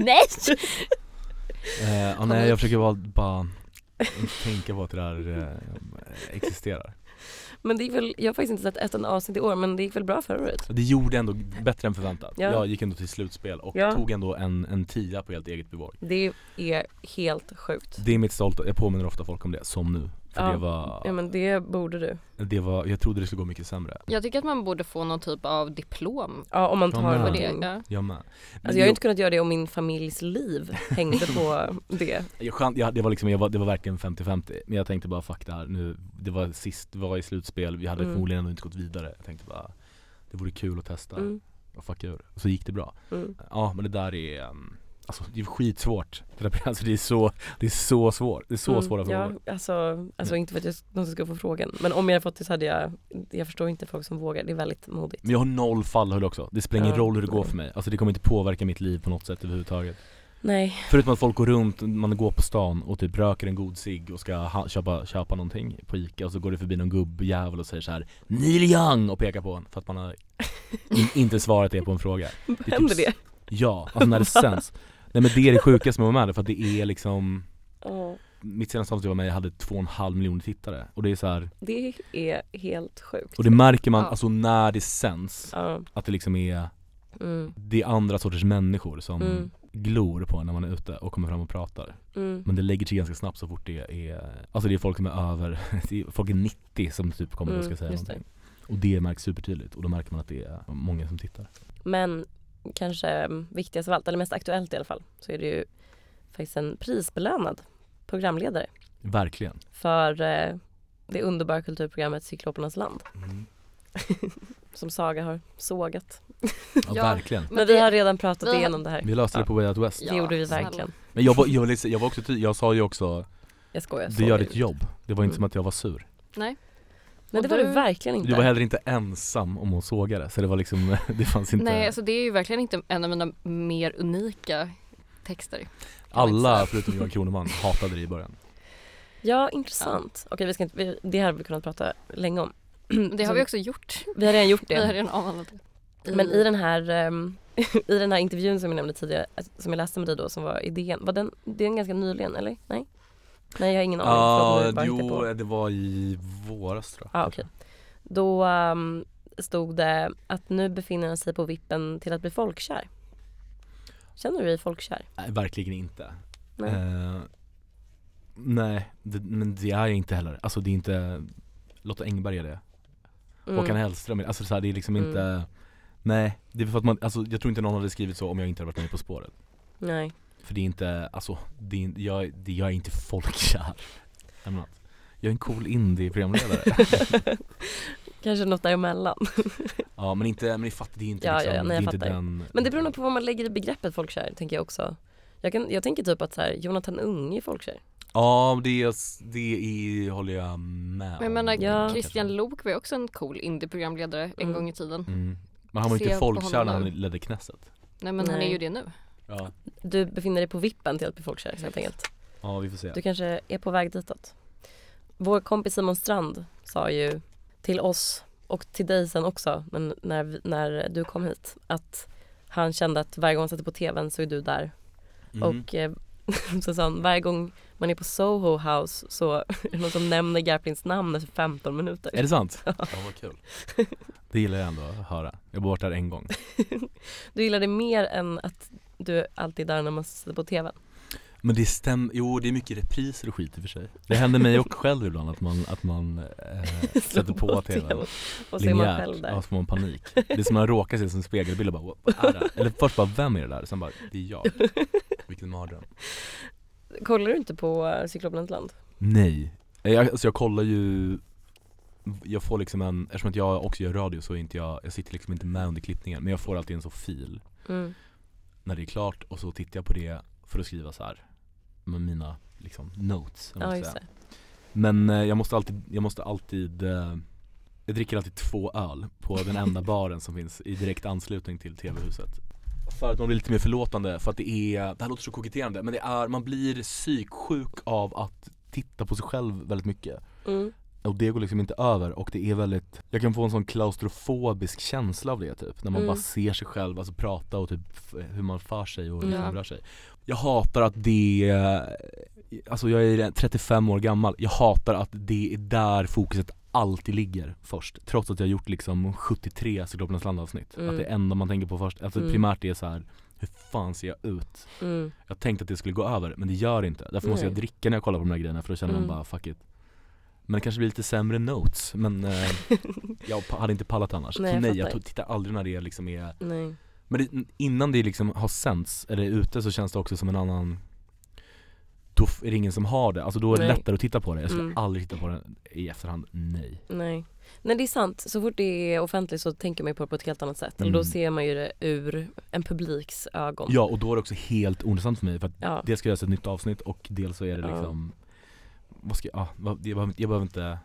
Nej! Eh, ja, nej jag försöker bara, bara inte tänka på att det där eh, existerar. Men det är väl, jag har faktiskt inte sett ett enda avsnitt i år men det gick väl bra förra året? Det gjorde ändå bättre än förväntat. Ja. Jag gick ändå till slutspel och Ja. tog ändå en, en tia på helt eget bevåg. Det är helt sjukt. Det är mitt stolta, jag påminner ofta folk om det, som nu. För Ja. det, var, Ja men det borde du. det var, jag trodde det skulle gå mycket sämre. Jag tycker att man borde få någon typ av diplom Ja om man Ja, tar men- för ja, Mm. det. det. Ja. Jag med. Alltså jag har ju inte kunnat göra det om min familjs liv hängde på det. jag, chans- jag, det, var liksom, jag var, det var verkligen 50-50, men jag tänkte bara fuck det här nu, det var sist, vi var i slutspel, vi hade Mm. förmodligen ändå inte gått vidare. Jag tänkte bara, det vore kul att testa Mm, och fucka ur. Och så gick det bra. mm. Ja men det där är, ehm, alltså det är skitsvårt. Det, där, alltså, det är så, det är så svårt, det är så Mm, svåra frågor. Ja, alltså, alltså inte för att jag någonsin skulle få frågan. Men om jag hade fått det så hade jag, jag förstår inte folk som vågar. Det är väldigt modigt. Men jag har noll fallhöjd också, det spelar ingen Ja. roll hur det går för mig. Alltså det kommer inte påverka mitt liv på något sätt överhuvudtaget. Nej, Förutom att folk går runt, man går på stan och typ röker en god cigg och ska ha, köpa, köpa någonting på Ica och så går det förbi någon gubbjävel och säger så här Neil Young och pekar på en för att man har in, inte svarat det på en fråga. Det är händer typ- det? Ja, alltså när det sänds. Nej men det är det sjukaste med att vara med där, för att det är liksom Ja, Mitt senaste avsnitt jag var med i hade två och en halv miljon tittare och det är så här det är helt sjukt. och det märker man Ja. alltså när det sänds Ja, att det liksom är mm, det är andra sorters människor som Mm. glor på en när man är ute och kommer fram och pratar. mm. Men det lägger sig ganska snabbt så fort det är, alltså det är folk som är över, det är folk är 90 som typ kommer och ska Mm, säga just det. någonting. Och det märks supertydligt och då märker man att det är många som tittar. Men kanske mm, viktigast av allt, eller mest aktuellt i alla fall, så är det ju faktiskt en prisbelönad programledare Verkligen. för eh, det underbara kulturprogrammet Cyklopernas land Mm. som Saga har sågat. Ja, Ja. verkligen. Men vi har redan pratat vi- igenom det här. Vi löste det på Way Out West. Det gjorde vi verkligen. Men jag var, jag, var lite- jag var också tydlig, jag sa ju också Jag skojar. Du gör såg ditt jobb. Det var inte Mm. som att jag var sur. Nej det var Och du du- verkligen inte. Du var heller inte ensam om att såga det, så det var liksom, det fanns inte Nej, alltså det är ju verkligen inte en av mina mer unika texter. Alla förutom Johan Kroneman hatade det i början. Ja intressant. Okej vi ska inte, vi, det här har vi kunnat prata länge om. Det har vi också gjort. Vi har redan gjort Vi har det. redan avhandlat det. Men Mm. i den här ehm, i den här intervjun som jag nämnde tidigare, alltså, som jag läste med dig då, som var idén, var den, den ganska nyligen eller? Nej? Nej jag har ingen aning. Förlåt, nu Ja, bara hittar jag på. jo eh, det var i våras tror jag. Ja, okej. Då ehm, stod det att nu befinner han sig på vippen till att bli folkkär. Känner du dig folkkär? Nej, verkligen inte. Nej. Eh, nej, det, men det är jag inte heller. Alltså det är inte Lotta Engberg är det. Mm. Håkan Hellström är det. Alltså så här, det är liksom Mm. inte Nej, det är för att man, alltså jag tror inte någon hade skrivit så om jag inte hade varit med På spåret. Nej. För det är inte, alltså, det är, inte- jag, det, jag är inte folkkär. Jag menar, Jag är en cool indie-programledare. Kanske något däremellan. ja men inte, men ni fattar, det är inte Ja, liksom, ja, ja, nej, det är jag inte fattar. den Men det beror nog på vad man lägger i begreppet folkkär, tänker jag också. Jag, kan, jag tänker typ att så här, Jonathan Unge är folkkär. Ja det, är- det är, håller jag med Men jag menar, om, kanske. Christian Lok var ju också en cool indieprogramledare en Mm. gång i tiden. mm. Men han var ju inte Se på honom folkkär när han nu. ledde Knesset. Nej men han Nej. är ju det nu. Ja. Du befinner dig på vippen till att bli folkkär helt enkelt. ja, vi får se. Du kanske är på väg ditåt. Vår kompis Simon Strand sa ju till oss och till dig sen också men när, vi- när du kom hit att han kände att varje gång han satte på tvn så är du där. Mm. Och eh, så sa han varje gång man är på Soho House så är det någon som nämner Garplins namn efter 15 minuter. Är det sant? ja vad kul. Det gillar jag ändå att höra. Jag har varit där en gång. Du gillar det mer än att du alltid är där när man sitter på tvn. Men det stämmer, jo det är mycket repriser och skit i och för sig. Det händer mig och själv ibland att man, att man eh, sätter på tvn. Och så är man linjärt. själv där. Ja, så får man panik. Det är som man råkar se som spegelbild och bara "What- vad är det? här?" Eller först bara vem är det där? Sen bara det är jag. Vilken mardröm. Kollar du inte på eh, Cyklopernas land? Nej. Jag, alltså jag kollar ju jag får liksom en, eftersom att jag också gör radio så är inte jag, jag sitter liksom inte med under klippningen men jag får alltid en så fil Mm. när det är klart och så tittar jag på det för att skriva så här med mina liksom notes eller vad Ja man just ska säga. det. Men eh, jag måste alltid, jag måste alltid eh, Jag dricker alltid två öl på den enda baren som finns i direkt anslutning till TV-huset För att man blir lite mer förlåtande för att det är, det här låter så koketterande men det är, man blir psyksjuk av att titta på sig själv väldigt mycket Mm. och det går liksom inte över och det är väldigt Jag kan få en sån klaustrofobisk känsla av det typ När man Mm. bara ser sig själv, alltså prata och typ f- hur man för sig och hur Ja. man rör sig Jag hatar att det Alltså jag är 35 år gammal, jag hatar att det är där fokuset alltid ligger först Trots att jag har gjort liksom 73 Cyklopernas landavsnitt Mm. Att det enda man tänker på först, alltså Mm. primärt är så här Hur fan ser jag ut? Mm. Jag tänkte att det skulle gå över men det gör det inte. Därför måste Nej. jag dricka när jag kollar på de här grejerna för då känner Mm. man bara fuck it. Men det kanske blir lite sämre notes men eh, jag pa- hade inte pallat annars. Nej, så jag nej jag fattar. to- tittar aldrig när det liksom är Nej. Men det, innan det liksom har sänts eller är ute så känns det också som en annan Då f- är det ingen som har det, alltså då är det Nej. lättare att titta på det. Jag skulle Mm. aldrig titta på det i efterhand, nej. Nej. Nej det är sant, så fort det är offentligt så tänker man ju på det på ett helt annat sätt. Eller då Mm. ser man ju det ur en publiks ögon. Ja och då är det också helt ointressant för mig för att Ja. dels ska jag göra ett nytt avsnitt och dels så är det Ja. liksom Vad ska jag, ah, vad- jag, behöver, inte- jag behöver inte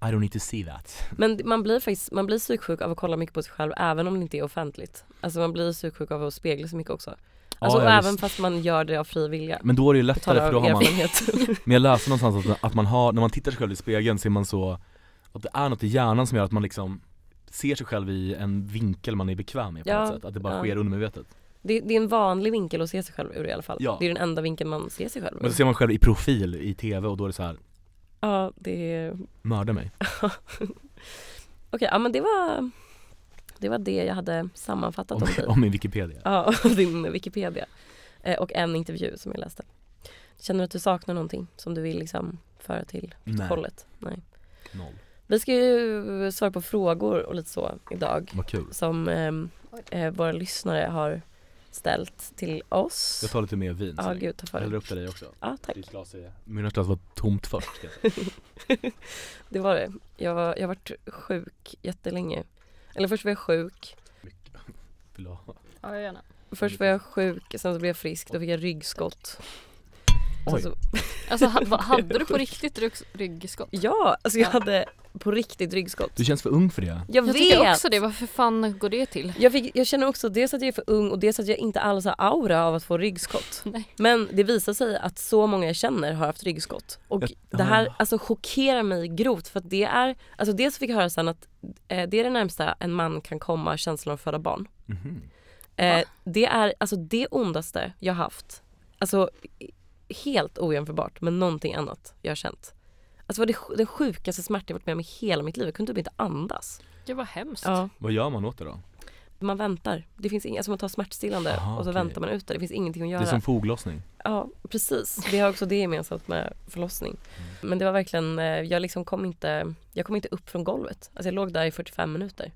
I don't need to see that Men d- man blir faktiskt, man blir psyksjuk av att kolla mycket på sig själv även om det inte är offentligt. Alltså man blir psyksjuk av att spegla sig mycket också. Alltså Ja, och ja, även visst. fast man gör det av fri vilja. Men då är det ju Jag lättare talar för då av har man, erfarenhet. men jag läste någonstans att, att man har, när man tittar sig själv i spegeln ser man så Att det är något i hjärnan som gör att man liksom ser sig själv i en vinkel man är bekväm med på Ja, något sätt, att det bara ja. Mm. sker undermedvetet det, det är en vanlig vinkel att se sig själv ur i alla fall. Ja. Det är den enda vinkeln man ser sig själv Men ur. så ser man själv i profil i tv och då är det så här Ja, det är... Okej, mörda mig ja men det var det, var det jag hade sammanfattat om om, dig. om min wikipedia Ja, och din Wikipedia. Eh, Och en intervju som jag läste. Känner du att du saknar någonting som du vill liksom föra till Nej, kollet? Nej. noll, Vi ska ju svara på frågor och lite så idag vad kul som eh, eh, våra lyssnare har ställt till oss. Jag tar lite mer vin. Ja, gud, ta för jag häller dig. upp till dig också. Ja, tack. Ditt glas är... Mina glas var tomt först. ska jag säga. Det var det. Jag, var- jag har varit sjuk jättelänge. Eller först var jag sjuk. Vill du ha? Ja, gärna. Först var jag sjuk, sen så blev jag frisk. Då fick jag ryggskott. Sen Oj. så, Alltså ha, vad- hade du på riktigt rygg- ryggskott? ja, alltså jag Ja. hade på riktigt ryggskott. Du känns för ung för det. Jag, Jag vet! tycker också det, varför fan går det till? Jag, fick, jag känner också dels att jag är för ung och dels att jag inte alls har aura av att få ryggskott. Nej. Men det visar sig att så många jag känner har haft ryggskott. Och Jag- det här ah. alltså, chockerar mig grovt för att det är, alltså dels fick jag höra sen att eh, det är det närmsta en man kan komma känslan av att föda barn. Mhm. Eh, Va? det är alltså det ondaste jag haft. Alltså i- helt ojämförbart med någonting annat jag har känt. Alltså det var det, sj- den sjukaste smärta jag varit med om i hela mitt liv. Jag kunde typ inte andas. Det var hemskt. Vad gör man åt det då? Man väntar. Det finns inga, alltså man tar smärtstillande Aha, och så okej. väntar man ut det. Det finns ingenting att Det göra. är som foglossning. Ja, precis. Vi har också det gemensamt med förlossning. Mm. Men det var verkligen, eh, jag liksom kom inte, jag kom inte upp från golvet. Alltså jag låg där i 45 minuter.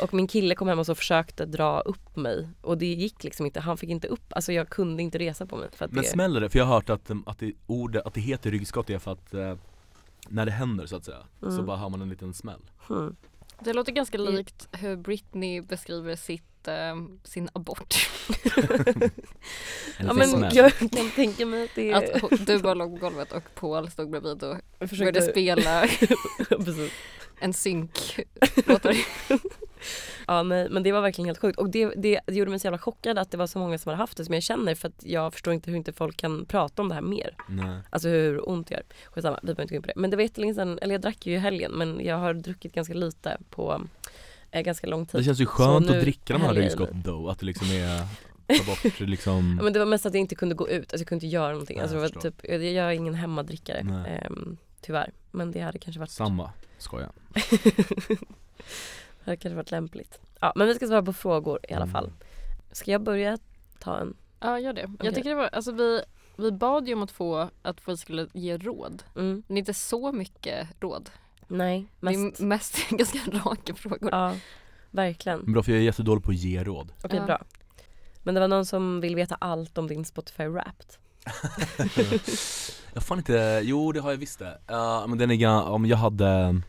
Och min kille kom hem och så försökte dra upp mig och det gick liksom inte, han fick inte upp, alltså jag kunde inte resa på mig för att Men det, smäller det? För jag har hört att, um, att, det, ordet, att det heter ryggskott är för att eh, när det händer så att säga, Mm. så bara har man en liten smäll. hmm. Det låter ganska likt hur Britney beskriver sitt, eh, sin abort. En Ja liten men smäll. jag kan tänka mig att det Att hon- du bara låg på golvet och Paul stod bredvid och jag började spela precis. en synk. Ja nej, men det var verkligen helt sjukt och det, det, det gjorde mig så jävla chockad att det var så många som hade haft det som jag känner för att jag förstår inte hur inte folk kan prata om det här mer. Nej. Alltså hur ont det gör. Skitsamma, vi behöver inte gå in på det. Men det var jättelänge sedan, eller jag drack ju i helgen men jag har druckit ganska lite på eh, ganska lång Det tid. känns ju skönt Så att nu dricka de här häller jag i ryggskotten då, att det liksom är, ta bort liksom Ja, Men det var mest att jag inte kunde gå ut, alltså jag kunde inte göra någonting. Nej, Alltså, det jag var förstår. typ, jag, jag är ingen hemmadrickare Nej. ehm, tyvärr. Men det hade kanske varit, Samma, skoja hade kanske varit lämpligt. Ja men vi ska svara på frågor i alla Mm. fall. Ska jag börja ta en? Ja, gör det. Okej. Jag tycker det var, alltså vi, vi bad ju om att få att vi skulle ge råd. Mm. Men inte så mycket råd. Nej, mest. Det är mest ganska raka frågor. Ja, verkligen. Men bra för jag är jättedålig på att ge råd Okej Mm. Ja. bra. Men det var någon som vill veta allt om din Spotify Wrapped. Jag har fan inte, jo det har jag visst det Ja, Men den är gan- om jag hade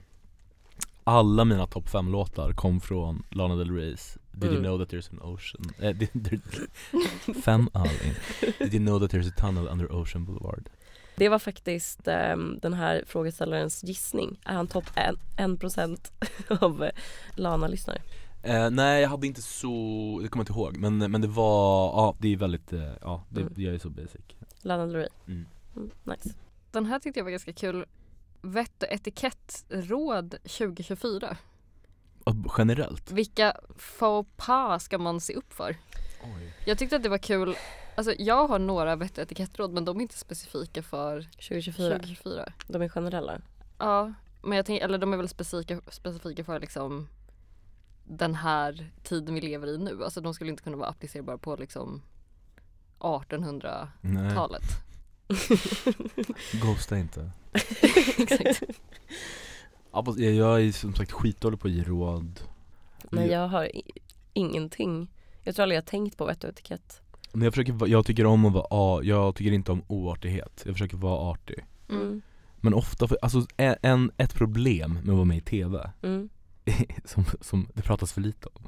Alla mina topp 5 låtar kom från Lana Del Reys Did you Mm. know that there's an ocean? Eh, did, did, fem all in Did you know that there's a tunnel under Ocean Boulevard? Det var faktiskt ehm, den här frågeställarens gissning. Är han topp en- 1% av eh, Lana-lyssnare? Eh, nej jag hade inte så, det kommer jag inte ihåg men, men det var, ja det är väldigt, eh, ja det, Mm. jag är så basic Lana Del Rey. Mm. Mm, nice. Den här tyckte jag var ganska kul. Vett och etikettråd 2024. Och Generellt? Vilka faux pas ska man se upp för? Oj. Jag tyckte att det var kul. Alltså jag har några vett och etikettråd men de är inte specifika för 2024. 2024. De är generella. Ja, men jag tänker, eller de är väl specifika, specifika för liksom den här tiden vi lever i nu. Alltså de skulle inte kunna vara applicerbara på liksom 1800-talet. Nej, ghosta inte Exakt. Ja, fast jag- jag är som sagt skitdålig på att ge råd Men Mm. jag har i- ingenting. Jag tror aldrig jag har tänkt på vett och etikett. Men jag försöker, va- jag tycker om att vara, a- jag tycker inte om oartighet Jag försöker vara artig Mm. Men ofta, för, alltså e- en, ett problem med att vara med i TV Mm. Som, som det pratas för lite om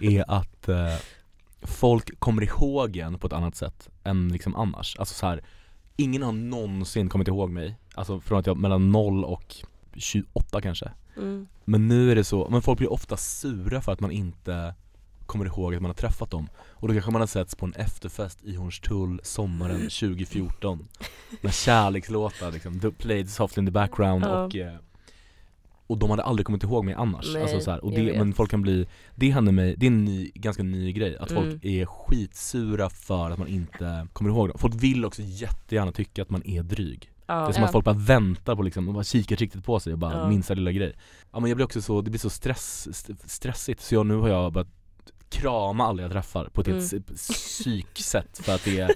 Är att eh, folk kommer ihåg en på ett annat sätt än liksom annars Alltså så här, ingen har någonsin kommit ihåg mig Alltså från att jag, mellan 0 och 28 kanske Mm. Men nu är det så, men folk blir ofta sura för att man inte kommer ihåg att man har träffat dem Och då kanske man har setts på en efterfest i Hornstull sommaren 2014 När kärlekslåtar liksom, du- played soft in the background Ja. och eh, Och de hade aldrig kommit ihåg mig annars, Nej, alltså så här, och jag det, vet. men folk kan bli Det händer mig, det är en ny, ganska ny grej, att folk Mm. är skitsura för att man inte kommer ihåg dem Folk vill också jättegärna tycka att man är dryg det är Ja. som Ja. att folk bara väntar på liksom, och bara kikar riktigt på sig och bara Ja. minsta lilla grej Ja men jag blir också så, det blir så stress, st- stressigt så jag, nu har jag börjat krama alla jag träffar på ett helt Mm. mm. psyksätt för att det är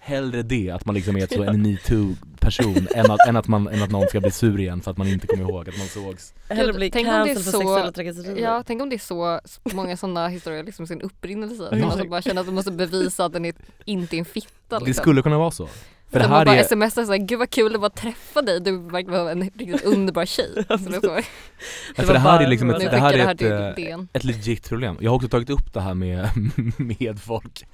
hellre det, att man liksom är så en metoo-person än att, än, att man, än att någon ska bli sur igen för att man inte kommer ihåg att man sågs. Hellre bli tänk om det är cancelled för så- sexuella trakasserier. Ja, tänk om det är så många sådana historier liksom sin upprinnelse i. Att Ja, man alltså exakt. bara känner att man måste bevisa att den är, inte är en fitta. Det Liksom. skulle kunna vara så. För det Sen man här bara är, smsar såhär, gud vad kul det var att träffa dig, du verkar vara en riktigt underbar tjej. Så det var, för det här är liksom nu ett, det skickar här det är här ett, till eh, DN. ett legit problem. Jag har också tagit upp det här med, med folk,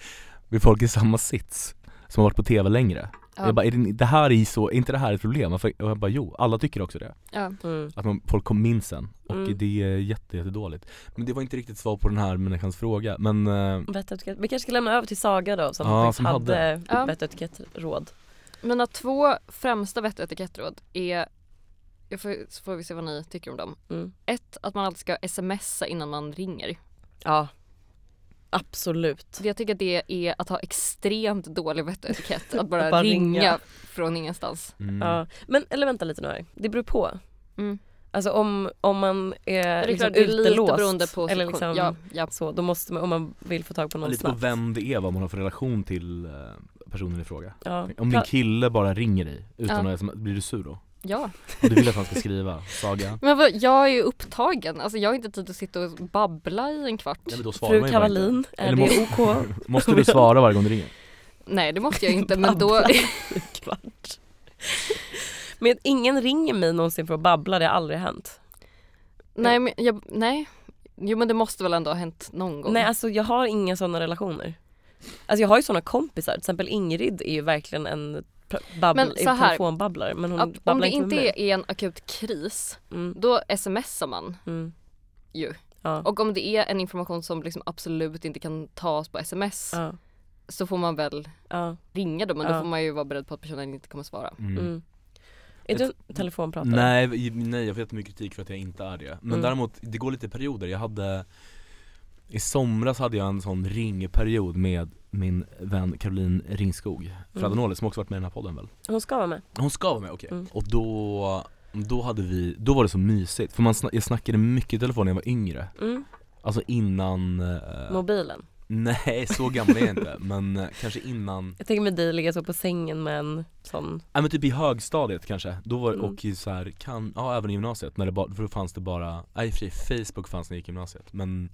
med folk i samma sits som har varit på tv längre. Ja, Jag bara, är det, det här är ju så, är inte det här ett problem? Varför- Och jag bara, jo, alla tycker också det. ja. Mm. Att man, folk kom minns en och Mm. det är jätte, jättedåligt. Men det var inte riktigt svar på den här människans fråga, men eh, Bättre etikett. Vi kanske ska lämna över till Saga då som Ja, faktiskt som hade. hade, Ja. bättre etikettråd. Mina två främsta vett och etikettråd är, jag får, så får vi se vad ni tycker om dem. Mm. Ett, att man alltid ska smsa innan man ringer. Ja. Absolut. Jag tycker att det är att ha extremt dålig vett och etikett. Att bara, Att bara ringa. ringa. från ingenstans. mm. Ja. Men eller vänta lite nu här. Det beror på. Mm. Alltså om, om man är, Det är liksom klart, det är lite utelåst, beroende på eller situation. liksom, ja, ja. så, då måste man, om man vill få tag på någon lite på snabbt. vem det är, vad man har för relation till eh, personen i fråga. Ja. Om din Pra- kille bara ringer dig utan Ja. att sm- blir du sur då? ja. Och du vill att han ska skriva, Saga? Men vad, jag är ju upptagen, alltså jag har inte tid att sitta och babbla i en kvart. Ja, men då svarar Fru man ju bara inte. Kavalin, är Eller det OK? Måste du svara varje gång du ringer? Nej det måste jag inte men då, Babbla. Kvart. Men ingen ringer mig någonsin för att babbla, det har aldrig hänt. nej men jag, nej. Jo men det måste väl ändå ha hänt någon gång? Nej alltså jag har inga sådana relationer. Alltså jag har ju sådana kompisar, till exempel Ingrid är ju verkligen en pr- babbl, Men så här. telefonbabblare men hon Att, om babblar det inte med inte mig. är är en akut kris, Mm, då smsar man mm. ju. Ja. Och om det är en information som liksom absolut inte kan tas på sms Ja. så får man väl Ja. ringa då men då Ja. får man ju vara beredd på att personen inte kommer svara. Mm. Mm. Är du en telefonpratare? Nej, i- nej jag får jättemycket kritik för att jag inte är det. Men Mm. däremot, det går lite i perioder. Jag hade I somras hade jag en sån ringperiod med min vän Caroline Ringskog Fraddernolle som också varit med i den här podden väl? Hon ska vara med. Hon ska vara med, okej. Mm. Och då, då hade vi, då var det så mysigt för man sna- jag snackade mycket i telefon när jag var yngre Mm. Alltså innan, eh, Mobilen. nej så gammal är jag inte men eh, kanske innan, Jag tänker med dig ligga så på sängen med en sån. nej men typ i högstadiet kanske, då var Mm. och i så här, kan, ja även i gymnasiet när det bara, för då fanns det bara, nej i och för sig Facebook fanns när jag gick i gymnasiet men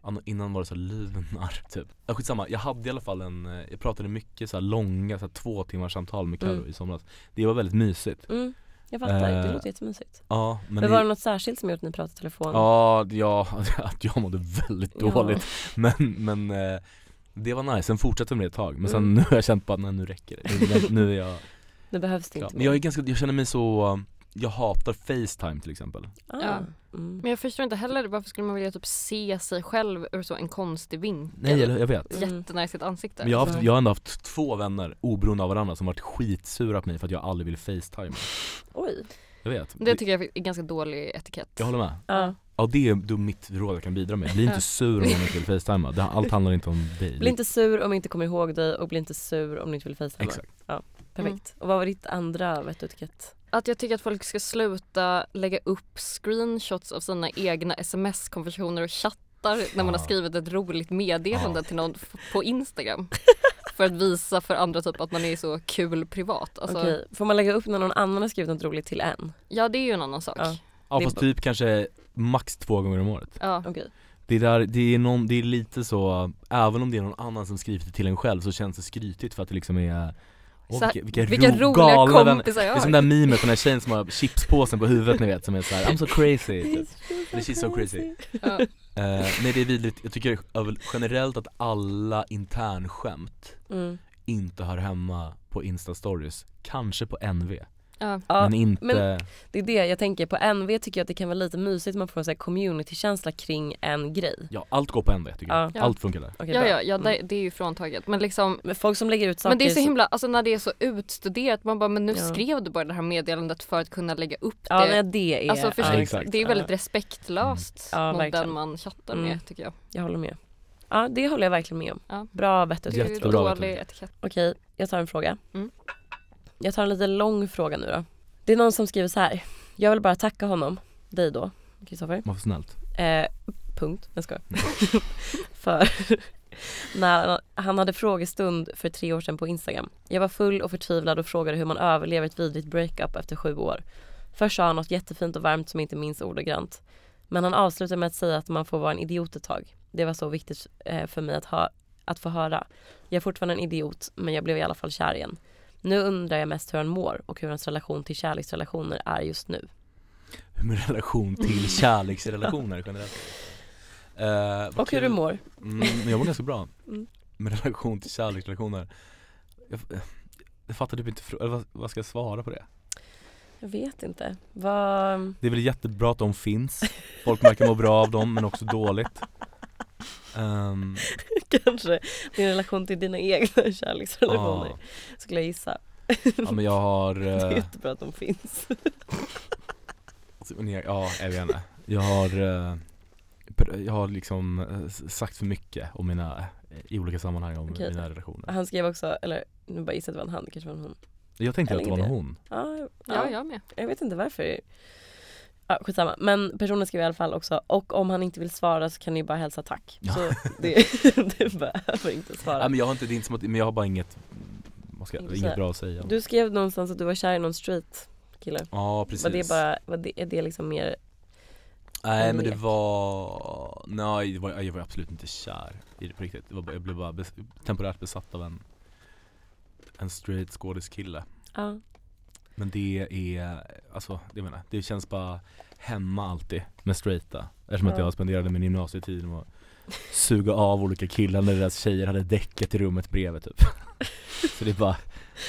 ann- Innan var det så här lunar typ. Ja, skitsamma, jag hade i alla fall en, eh, jag pratade mycket så här långa så här, två timmars samtal med Carro Mm. i somras Det var väldigt mysigt Mm. Jag fattar, det Eh, låter jättemysigt. Ja men, Men i- var det något särskilt som gjorde att ni pratade i telefon? Ja, ja, att jag mådde väldigt Ja. dåligt Men, men eh, det var nice, sen fortsatte med det ett tag men sen Mm. nu har jag känt bara nej nu räcker det, nu, nu är jag Nu behövs det klar. inte Men jag är ganska, jag känner mig så, jag hatar Facetime till exempel Ah. Ja. Mm. Men jag förstår inte heller varför skulle man vilja typ se sig själv ur så en konstig vinkel? Nej jag, jag vet Mm. Jättenära sitt ansikte. Men jag har, haft, jag har ändå haft två vänner oberoende av varandra som varit skitsura på mig för att jag aldrig vill Facetime Oj. Jag vet Det tycker jag är ganska dålig etikett. Jag håller med Ja. Ja det är då mitt råd jag kan bidra med, bli inte Ja. sur om någon inte vill Facetima, Det- allt handlar inte om dig Bli inte sur om jag inte kommer ihåg dig och bli inte sur om du inte vill fejsa mig. Exakt Perfekt. Mm. Och vad var ditt andra vett och etikett? Att jag tycker att folk ska sluta lägga upp screenshots av sina egna sms-konversationer och chattar när man Ja. har skrivit ett roligt meddelande till någon f- på Instagram. för att visa för andra typ att man är så kul privat. Alltså, Okej, får man lägga upp när någon annan har skrivit något roligt till en? Ja det är ju en annan sak. Ja. Ja. Ja Det är fast bara- typ kanske max två gånger om året Okej. Det, där, det, är någon, det är lite så, även om det är någon annan som skrivit det till en själv så känns det skrytigt för att det liksom är åh, Så här, vilka, vilka, Vilka ro, roliga galna vänner. kompisar jag Det är som har. den där memet på den där tjejen som har chipspåsen på huvudet ni vet som är såhär I'm so crazy typ. Eller she's so crazy Ja. Eh, Nej det är vidrigt, jag tycker över- generellt att alla internskämt Mm. inte hör hemma på instastories, kanske på NV Ja. Ja, men inte men- det är det jag tänker. På NV tycker jag att det kan vara lite mysigt, man får en sån här communitykänsla kring en grej. Ja allt går på NV tycker Ja. jag, allt funkar där Okej, bra. Ja, Mm. ja, ja det, det är ju fråntaget. Men liksom Men folk som lägger ut saker Men det är så som- himla, alltså när det är så utstuderat, man bara men nu Ja. skrev du bara det här meddelandet för att kunna lägga upp Ja det. nej, det är, Mm. alltså förstå, Ja, exakt. det är väldigt respektlöst Ja, mot verkligen. den man chattar Mm. med tycker jag. Jag håller med. Ja det håller jag verkligen med om. Ja. Bra vett och Det är ju etikett. Jättebra dålig verkligen. etikett. Okej, jag tar en fråga. Mm. Jag tar en lite lång fråga nu då. Det är någon som skriver så här. Jag vill bara tacka honom, dig då, Kristoffer. Vad snällt Eh, punkt, jag skojar. för när han hade frågestund för tre år sedan på Instagram. Jag var full och förtvivlad och frågade hur man överlever ett vidrigt breakup efter sju år. Först sa han något jättefint och varmt som jag inte minns ordagrant. Men han avslutade med att säga att man får vara en idiot ett tag. Det var så viktigt eh, för mig att, hö- att få höra. Jag är fortfarande en idiot, men jag blev i alla fall kär igen. Nu undrar jag mest hur han mår och hur hans relation till kärleksrelationer är just nu. Hur min relation till kärleksrelationer generellt Eh, vad Och hur kul. du mår. Mm, men jag mår ganska bra Mm. Med relation till kärleksrelationer Jag, jag fattar typ inte, frå- eller vad, vad ska jag svara på det? Jag vet inte. Vad... Det är väl jättebra att de finns Folk verkar må bra av dem men också dåligt Ehm, Kanske din relation till dina egna kärleksrelationer ja. skulle jag gissa. ja men jag har Det är eh, jättebra att de finns. Alltså, men jag- Ja, jag vet inte. Jag har, eh, pr- jag har liksom eh, s- sagt för mycket om mina, eh, i olika sammanhang om Okej. mina relationer. Han skrev också, eller nu bara gissade det var en han, det kanske var en hon. Jag tänkte att det var Eller någon hon. Ja, ja, Ja, jag med. Jag vet inte varför. Ja, skitsamma. Men personen skrev i alla fall också, och om han inte vill svara så kan ni bara hälsa tack. Ja. Så det, du behöver inte Nej svara. men jag har inte, det är inte som att, men jag har bara inget, vad ska, jag- Inget att inget säga. bra att säga. Du skrev någonstans att du var kär i någon straight kille. Ja precis. Var det bara, var det, är det liksom mer, Nej en men det lek? var, nej det var, jag var absolut inte kär i det på riktigt. Det var, bara- jag blev bara bes, temporärt besatt av en, en straight skådiskille. ja. Men det är, alltså det menar jag, det känns bara hemma alltid med straighta Eftersom att Ja. jag spenderade min gymnasietid med att suga av olika killar när deras tjejer hade däcket i rummet bredvid typ Så det är bara,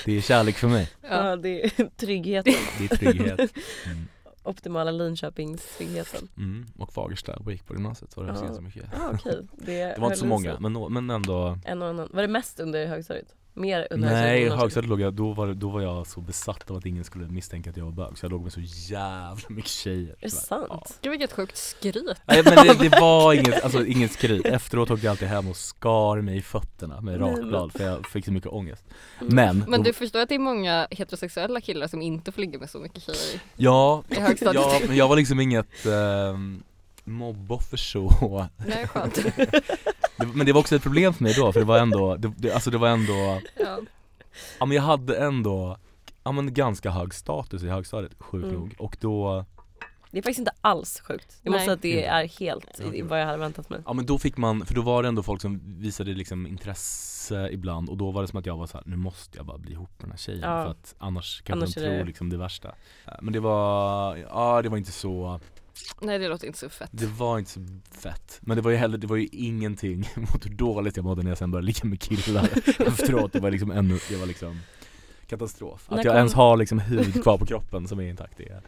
det är kärlek för mig, Ja. Ja. det är tryggheten, det är trygghet Mm, optimala Linköpingstryggheten. mm. och Fagersta och gick på gymnasiet var det Ja. ganska mycket Ja okej, det, Ah, Det var inte så höll många sig. men, nå- men ändå En och annan. Var det mest under högstadiet? Mer under Nej, i än gymnasiet? högstadiet låg jag, då var, det- då var jag så besatt av att ingen skulle misstänka att jag var bög så jag låg med så jävla mycket tjejer Är det tyvärr. Ja. sant? Gud vilket sjukt skryt. Nej men det, det var inget, alltså inget skryt. Efteråt åkte jag alltid hem och skar mig i fötterna med Nej, men- rakblad för jag fick så mycket ångest. Men, Mm. Men du förstår att det är många heterosexuella killar som inte får ligga med så mycket tjejer? ja, i högstadiet. ja, men jag var liksom inget eh, mobboffer så. Nej, skönt. Mm. Det, men det var också ett problem för mig då för det var ändå, det, det, alltså det var ändå, Ja. ja men jag hade ändå, ja men ganska hög status i högstadiet, sjukt Mm. nog. Och då, Det är faktiskt inte alls sjukt. Jag måste Nej. säga att det är helt Ja, i- i gud. vad jag hade väntat mig. Mm. ja men då fick man, för då var det ändå folk som visade liksom intresse ibland och då var det som att jag var så här: nu måste jag bara bli ihop med den här tjejen Ja. för att annars kan Annars de är det- tro liksom det värsta Men det var, ja det var inte så, Nej det låter inte så fett. det var inte så fett Men det var ju heller, det var ju ingenting mot hur dåligt jag mådde när jag sen började ligga med killar efteråt Det var liksom ännu, det var liksom katastrof Att När jag kom- ens har liksom hud kvar på kroppen som är intakt det är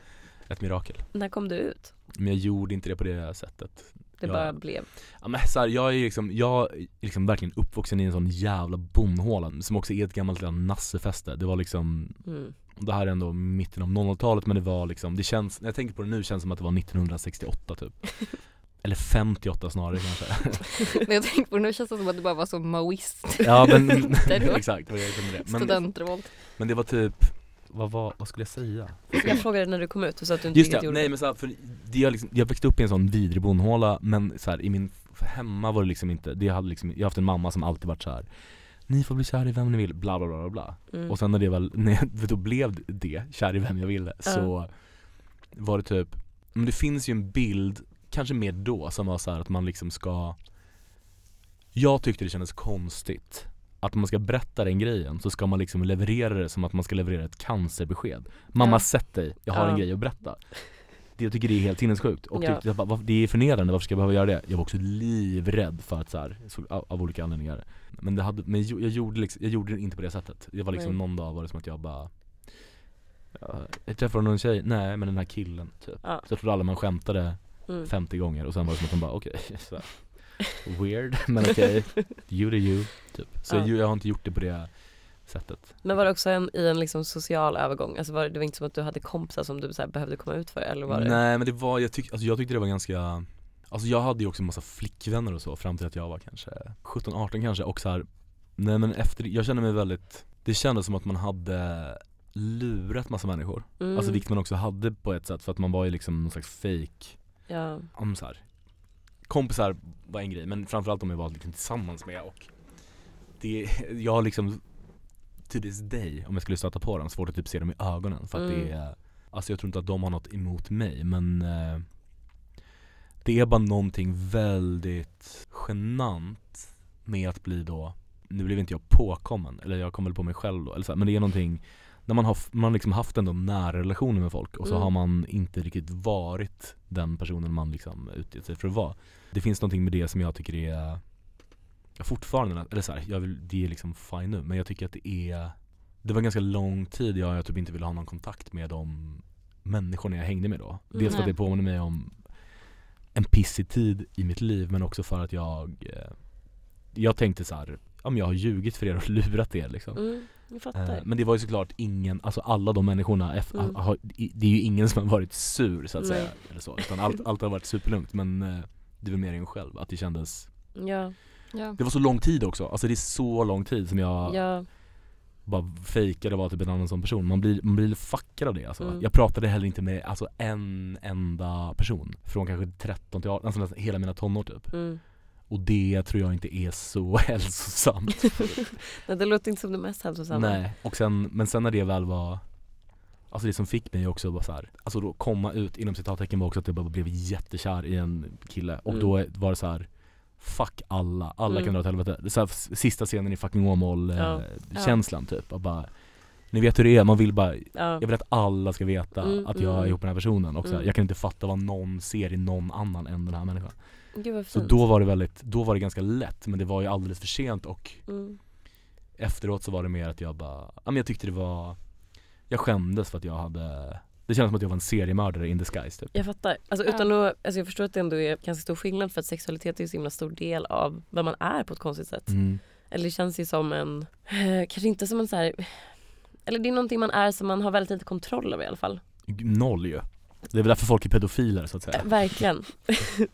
ett mirakel När kom du ut? Men jag gjorde inte det på det sättet Det Ja. bara blev. Ja men så här, jag är ju liksom, jag är liksom verkligen uppvuxen i en sån jävla bondhåla som också är ett gammalt lilla nassefäste. Det var liksom, Mm. det här är ändå mitten av 00-talet men det var liksom, det känns, när jag tänker på det nu känns det som att det var 1968 typ. Eller 58 snarare kanske. När jag tänker på det nu känns det som att det bara var så maoist. Ja men, Det var- exakt. vad jag kände det. Men, Studentrevolt. men det var typ, vad, var, vad skulle jag säga? Jag frågade när du kom ut och sa att du inte Just riktigt det, gjorde nej det. men så här, för det jag, liksom, jag växte upp i en sån vidrig bondhåla men så här, i min, för hemma var det liksom inte, det jag hade liksom, jag har haft en mamma som alltid varit så här. Ni får bli kär i vem ni vill, bla bla bla bla, bla. Mm. Och sen när det väl, när jag, för då blev det, kär i vem jag ville, så var det typ, men det finns ju en bild, kanske mer då, som var så här att man liksom ska Jag tyckte det kändes konstigt att om man ska berätta den grejen så ska man liksom leverera det som att man ska leverera ett cancerbesked Mamma Ja. sätt dig, jag har en Ja. grej att berätta det, Jag tycker det är helt sinnessjukt och Ja. tyckte jag bara, "Varför- det är förnedrande, varför ska jag behöva göra det? Jag var också livrädd för att så här, så, av, av olika anledningar men, det hade, men jag, jag, gjorde liksom, jag gjorde det inte på det sättet. Det var liksom Nej. någon dag var det som att jag bara ja, Jag träffade någon tjej, nej men den här killen typ. Ja. Så jag trodde alla man skämtade Mm. 50 gånger och sen var det som att de bara okej, så här, weird men okej, you do you typ. Så Ja. jag, jag har inte gjort det på det sättet. Men var det också en, i en liksom social övergång? Alltså var det, det var inte som att du hade kompisar som du så här behövde komma ut för eller var det? Nej men det var, jag, tyck, alltså, jag tyckte det var ganska Alltså jag hade ju också en massa flickvänner och så fram till att jag var kanske 17-18 kanske och så här. Nej men efter, jag kände mig väldigt Det kändes som att man hade lurat massa människor Mm. Alltså vilket man också hade på ett sätt för att man var ju liksom någon slags fake ja. om så här, kompisar var en grej men framförallt de jag var liksom tillsammans med och det, jag har liksom till this day, om jag skulle stöta på dem, svårt att typ se dem i ögonen för att det är Alltså jag tror inte att de har något emot mig men eh, Det är bara någonting väldigt genant med att bli då Nu blev inte jag påkommen, eller jag kom väl på mig själv då, eller så här, men det är någonting när man har f- man har liksom haft ändå nära relationer med folk och så Mm. har man inte riktigt varit den personen man liksom utgett sig för att vara. Det finns någonting med det som jag tycker är fortfarande, eller så här, jag vill, det är liksom fine nu, men jag tycker att det är Det var ganska lång tid jag, jag typ inte ville ha någon kontakt med de människorna jag hängde med då. Dels för att Mm. Nej. det påminner mig om en pissig tid i mitt liv men också för att jag eh, Jag tänkte så här, ja men jag har ljugit för er och lurat er liksom. Mm, jag fattar. Eh, Men det var ju såklart ingen, alltså alla de människorna, eff- Mm. har, i- det är ju ingen som har varit sur så att Nej. säga. Eller så, utan allt, allt har varit superlugnt men eh, det var mer en själv, att det kändes Ja, Ja. Det var så lång tid också, alltså det är så lång tid som jag ja, bara fejkade att vara typ en annan sån person. Man blir, man blir fuckad av det alltså. Mm. Jag pratade heller inte med alltså, en enda person från kanske 13 till 18, alltså nästan hela mina tonår typ. mm. Och det tror jag inte är så hälsosamt. Nej, det låter inte som det mest hälsosamma. Nej, och sen, men sen när det väl var Alltså det som fick mig också var så här, alltså då komma ut inom citattecken var också att jag bara blev jättekär i en kille och Mm. då var det så här Fuck alla, alla Mm. kan dra åt helvete. Det är Så här, s- sista scenen i fucking Åmål Ja. eh, känslan typ, och bara Ni vet hur det är, man vill bara, Ja. jag vill att alla ska veta Mm, att jag är mm. ihop med den här personen och så här, Mm. jag kan inte fatta vad någon ser i någon annan än den här människan. Gud vad Så fint. då var det väldigt, då var det ganska lätt men det var ju alldeles för sent och Mm. efteråt så var det mer att jag bara, ja men jag tyckte det var Jag skämdes för att jag hade Det kändes som att jag var en seriemördare in disguise typ Jag fattar. Alltså, utan att, alltså, jag förstår att det ändå är ganska stor skillnad för att sexualitet är ju så himla stor del av vem man är på ett konstigt sätt. mm. Eller det känns ju som en, eh, kanske inte som en så här, eller det är någonting man är som man har väldigt lite kontroll över i alla fall. Noll ju Det är väl därför folk är pedofiler så att säga Eh, Verkligen.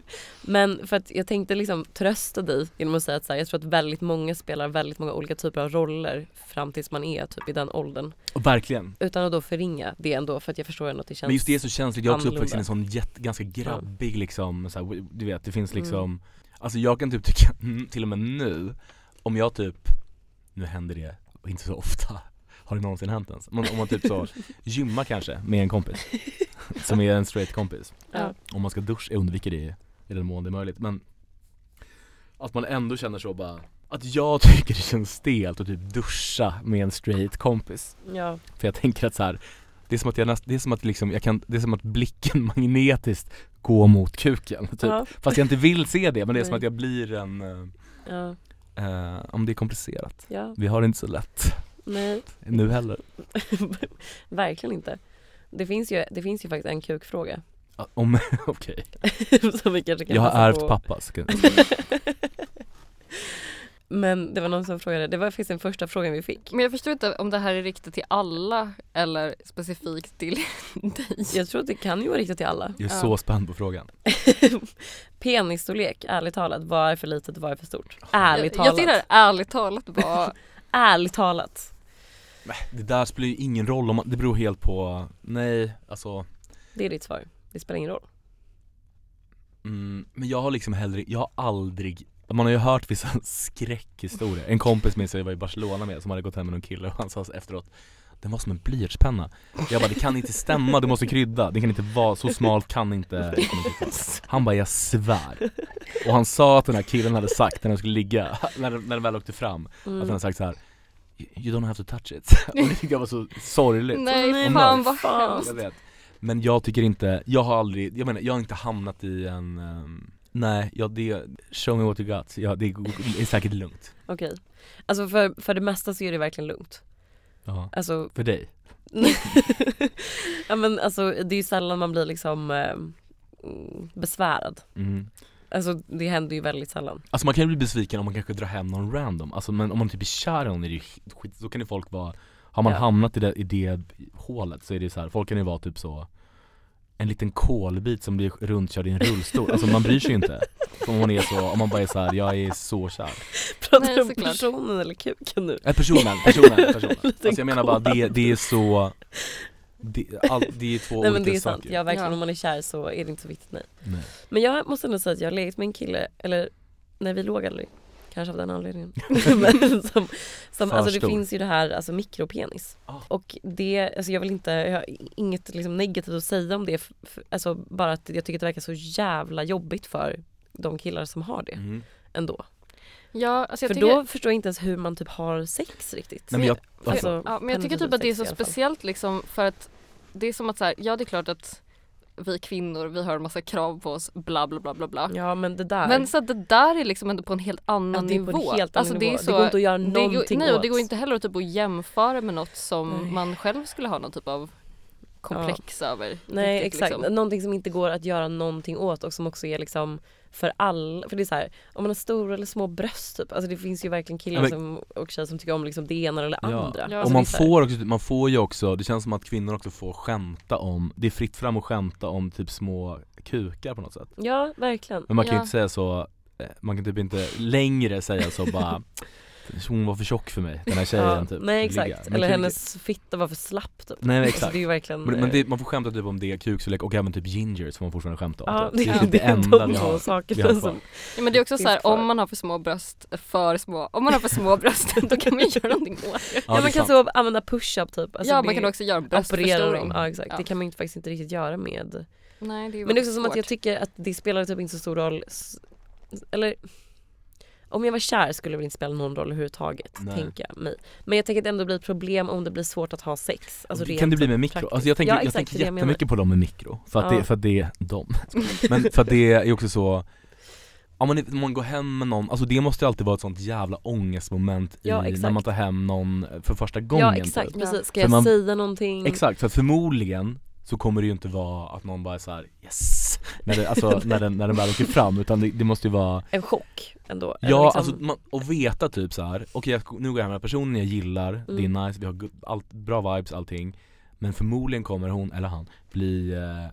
Men för att jag tänkte liksom trösta dig genom att säga att så här, jag tror att väldigt många spelar väldigt många olika typer av roller fram tills man är typ i den åldern. Och Verkligen Utan att då förringa det ändå för att jag förstår ändå att det känns Men just det är så känsligt, jag är också uppväxt i en annorlunda. sån jätte, ganska grabbig liksom, så här, du vet det Mm. finns liksom Alltså jag kan typ tycka, mm, till och med nu, om jag typ, nu händer det inte så ofta har det någonsin hänt ens? Men om man typ så gymmar kanske med en kompis Som är en straight kompis Ja. Om man ska duscha, jag undviker det i den mån det är möjligt men Att man ändå känner så bara Att jag tycker det känns stelt att typ duscha med en straight kompis Ja, för jag tänker att så här, det är som att jag näst, det är som att liksom, jag kan, det är som att blicken magnetiskt går mot kuken typ. ja, Fast jag inte vill se det men det är som Nej. att jag blir en, ja, eh, eh, om det är komplicerat. ja, Vi har det inte så lätt nej, nu heller. verkligen inte. Det finns ju, det finns ju faktiskt en kukfråga. Ja, Om, okej. som vi kanske kan Jag har passa ärvt på. pappa. Så kan, Men det var någon som frågade, det var faktiskt den första frågan vi fick. Men jag förstår inte om det här är riktat till alla eller specifikt till dig. Jag tror att det kan ju vara riktat till alla. jag är Ja. så spänd på frågan. Penisstorlek, ärligt talat, vad är för litet och vad är för stort? Ärligt jag, talat. jag tycker det här ärligt talat var Ärligt talat. Det där spelar ju ingen roll om man, det beror helt på, nej alltså Det är ditt svar. Det spelar ingen roll. Mm, men jag har liksom hellre, jag har aldrig man har ju hört vissa skräckhistorier. En kompis minns jag var i Barcelona med som hade gått hem med någon kille och han sa efteråt Den var som en blyertspenna Jag bara det kan inte stämma, du måste krydda, det kan inte vara, så smalt kan inte Han bara jag svär Och han sa att den här killen hade sagt när de skulle ligga, när, när den väl åkte fram Mm. Att han hade sagt så här: You don't have to touch it Och det tyckte jag var så sorgligt nej Och fan nice. vad hemskt. jag vet. Men jag tycker inte, jag har aldrig, jag menar jag har inte hamnat i en, ehm, nej, ja, det, show me what you got, ja, det är, är säkert lugnt. Okej. Alltså för, för det mesta så är det verkligen lugnt. Ja. Alltså, För dig? ja men alltså det är ju sällan man blir liksom eh, mm, besvärad. Mm. Alltså det händer ju väldigt sällan. Alltså man kan ju bli besviken om man kanske drar hem någon random, alltså men om man typ är kär i någon är det ju sk- skit, då kan ju folk vara, har man Ja. hamnat i det, i det hålet så är det så här, folk kan ju vara typ så en liten kolbit som blir runtkörd i en rullstol, alltså man bryr sig ju inte. Om man är så, om man bara är så här, jag är så kär. Pratar Nej, du om såklart. Eh, personen eller kuken nu? Nej personen, personen, personen. Alltså jag menar bara det, det är så Det, all, det är två Nej olika men det är sant, saker. ja verkligen Ja. om man är kär så är det inte så viktigt nej. Nej. Men jag måste ändå säga att jag har legat med en kille, eller nej vi låg aldrig, kanske av den anledningen. men som, som, För alltså det stor. finns ju det här, alltså mikropenis. Ah. Och det, alltså jag vill inte, jag har inget liksom negativt att säga om det, f- f- alltså bara att jag tycker att det verkar så jävla jobbigt för de killar som har det Mm. ändå. Ja, alltså jag för tycker, då förstår jag inte ens hur man typ har sex riktigt. Nej men jag, alltså, alltså, ja, men jag tycker typ att det är så speciellt liksom för att det är som att så här, ja det är klart att vi kvinnor, vi har en massa krav på oss, bla bla bla bla bla. Ja men det där. Men så att det där är liksom ändå på en helt Ja, annan det är på nivå. en helt annan alltså, nivå. Det, är så, går inte att göra det går- någonting Nej och åt. det går inte heller att, typ, att jämföra med något som Nej. man själv skulle ha någon typ av komplex över. Nej riktigt, exakt, liksom. någonting som inte går att göra någonting åt och som också är liksom för all, för det är så här, om man har stora eller små bröst typ, alltså det finns ju verkligen killar Ja, men- som, och tjejer som tycker om liksom det ena eller det Ja. andra. Alltså, Ja. och det är man så här- får, också, man får ju också, det känns som att kvinnor också får skämta om, det är fritt fram att skämta om typ små kukar på något sätt Ja verkligen. Men man kan ju Ja. inte säga så, eh, man kan typ inte längre säga så bara Hon var för tjock för mig, den här tjejen Ja. typ Nej ligga. exakt, Man eller kan- hennes fitta var för slapp typ. Nej men Alltså, exakt det är ju verkligen Men, men det, man får skämta typ om det, kukstorlek och även typ gingers får man fortfarande skämta om Ja, typ. det, är typ det det är enda de vi två har vi sakerna har som... Ja, men det är också finns så här, kvar. om man har för små bröst, för små, om man har för små bröst då kan man ju göra någonting åt det. Ja, det är man kan sant. så använda push-up typ. Alltså, ja det man kan är- också göra en operera bröstförstoring. dem, ja exakt. Ja. Det kan man ju faktiskt inte riktigt göra med Nej, det är ju Men det är också som att svårt. jag tycker att det spelar typ inte så stor roll. S- Eller om jag var kär skulle det väl inte spela någon roll överhuvudtaget, Nej. tänker jag mig. Men jag tänker att det ändå blir ett problem om det blir svårt att ha sex. Alltså Det rent kan det bli så med mikro? praktiskt. Alltså jag tänker, Ja, jag exakt, tänker det är det jag menar. jättemycket på dem med mikro, för att, Ja. det, för att det är de Men för att det är också så om man, om man går hem med någon, alltså det måste ju alltid vara ett sånt jävla ångestmoment i, Ja, exakt. när man tar hem någon för första gången Ja exakt, Typ. precis. Ska För jag man- säga någonting? Exakt, för att förmodligen så kommer det ju inte vara att någon bara är så här, yes! När, det, alltså, när, den, när den väl åker fram, utan det, det måste ju vara En chock ändå. Eller Ja, liksom- alltså man, och veta typ så här. okej jag- nu går jag hem med personen jag gillar, det Mm. är nice, vi har gu- allt, bra vibes, allting Men förmodligen kommer hon, eller han, bli eh,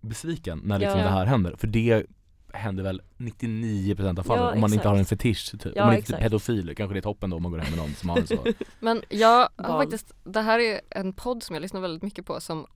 besviken när liksom Ja. det här händer, för det händer väl 99% av fallen Ja, om man inte exakt. har en fetisch typ, Ja, om man inte är exakt. pedofil, kanske det är toppen då om man går hem med någon som har en så Men jag Barn. har faktiskt, det här är en podd som jag lyssnar väldigt mycket på som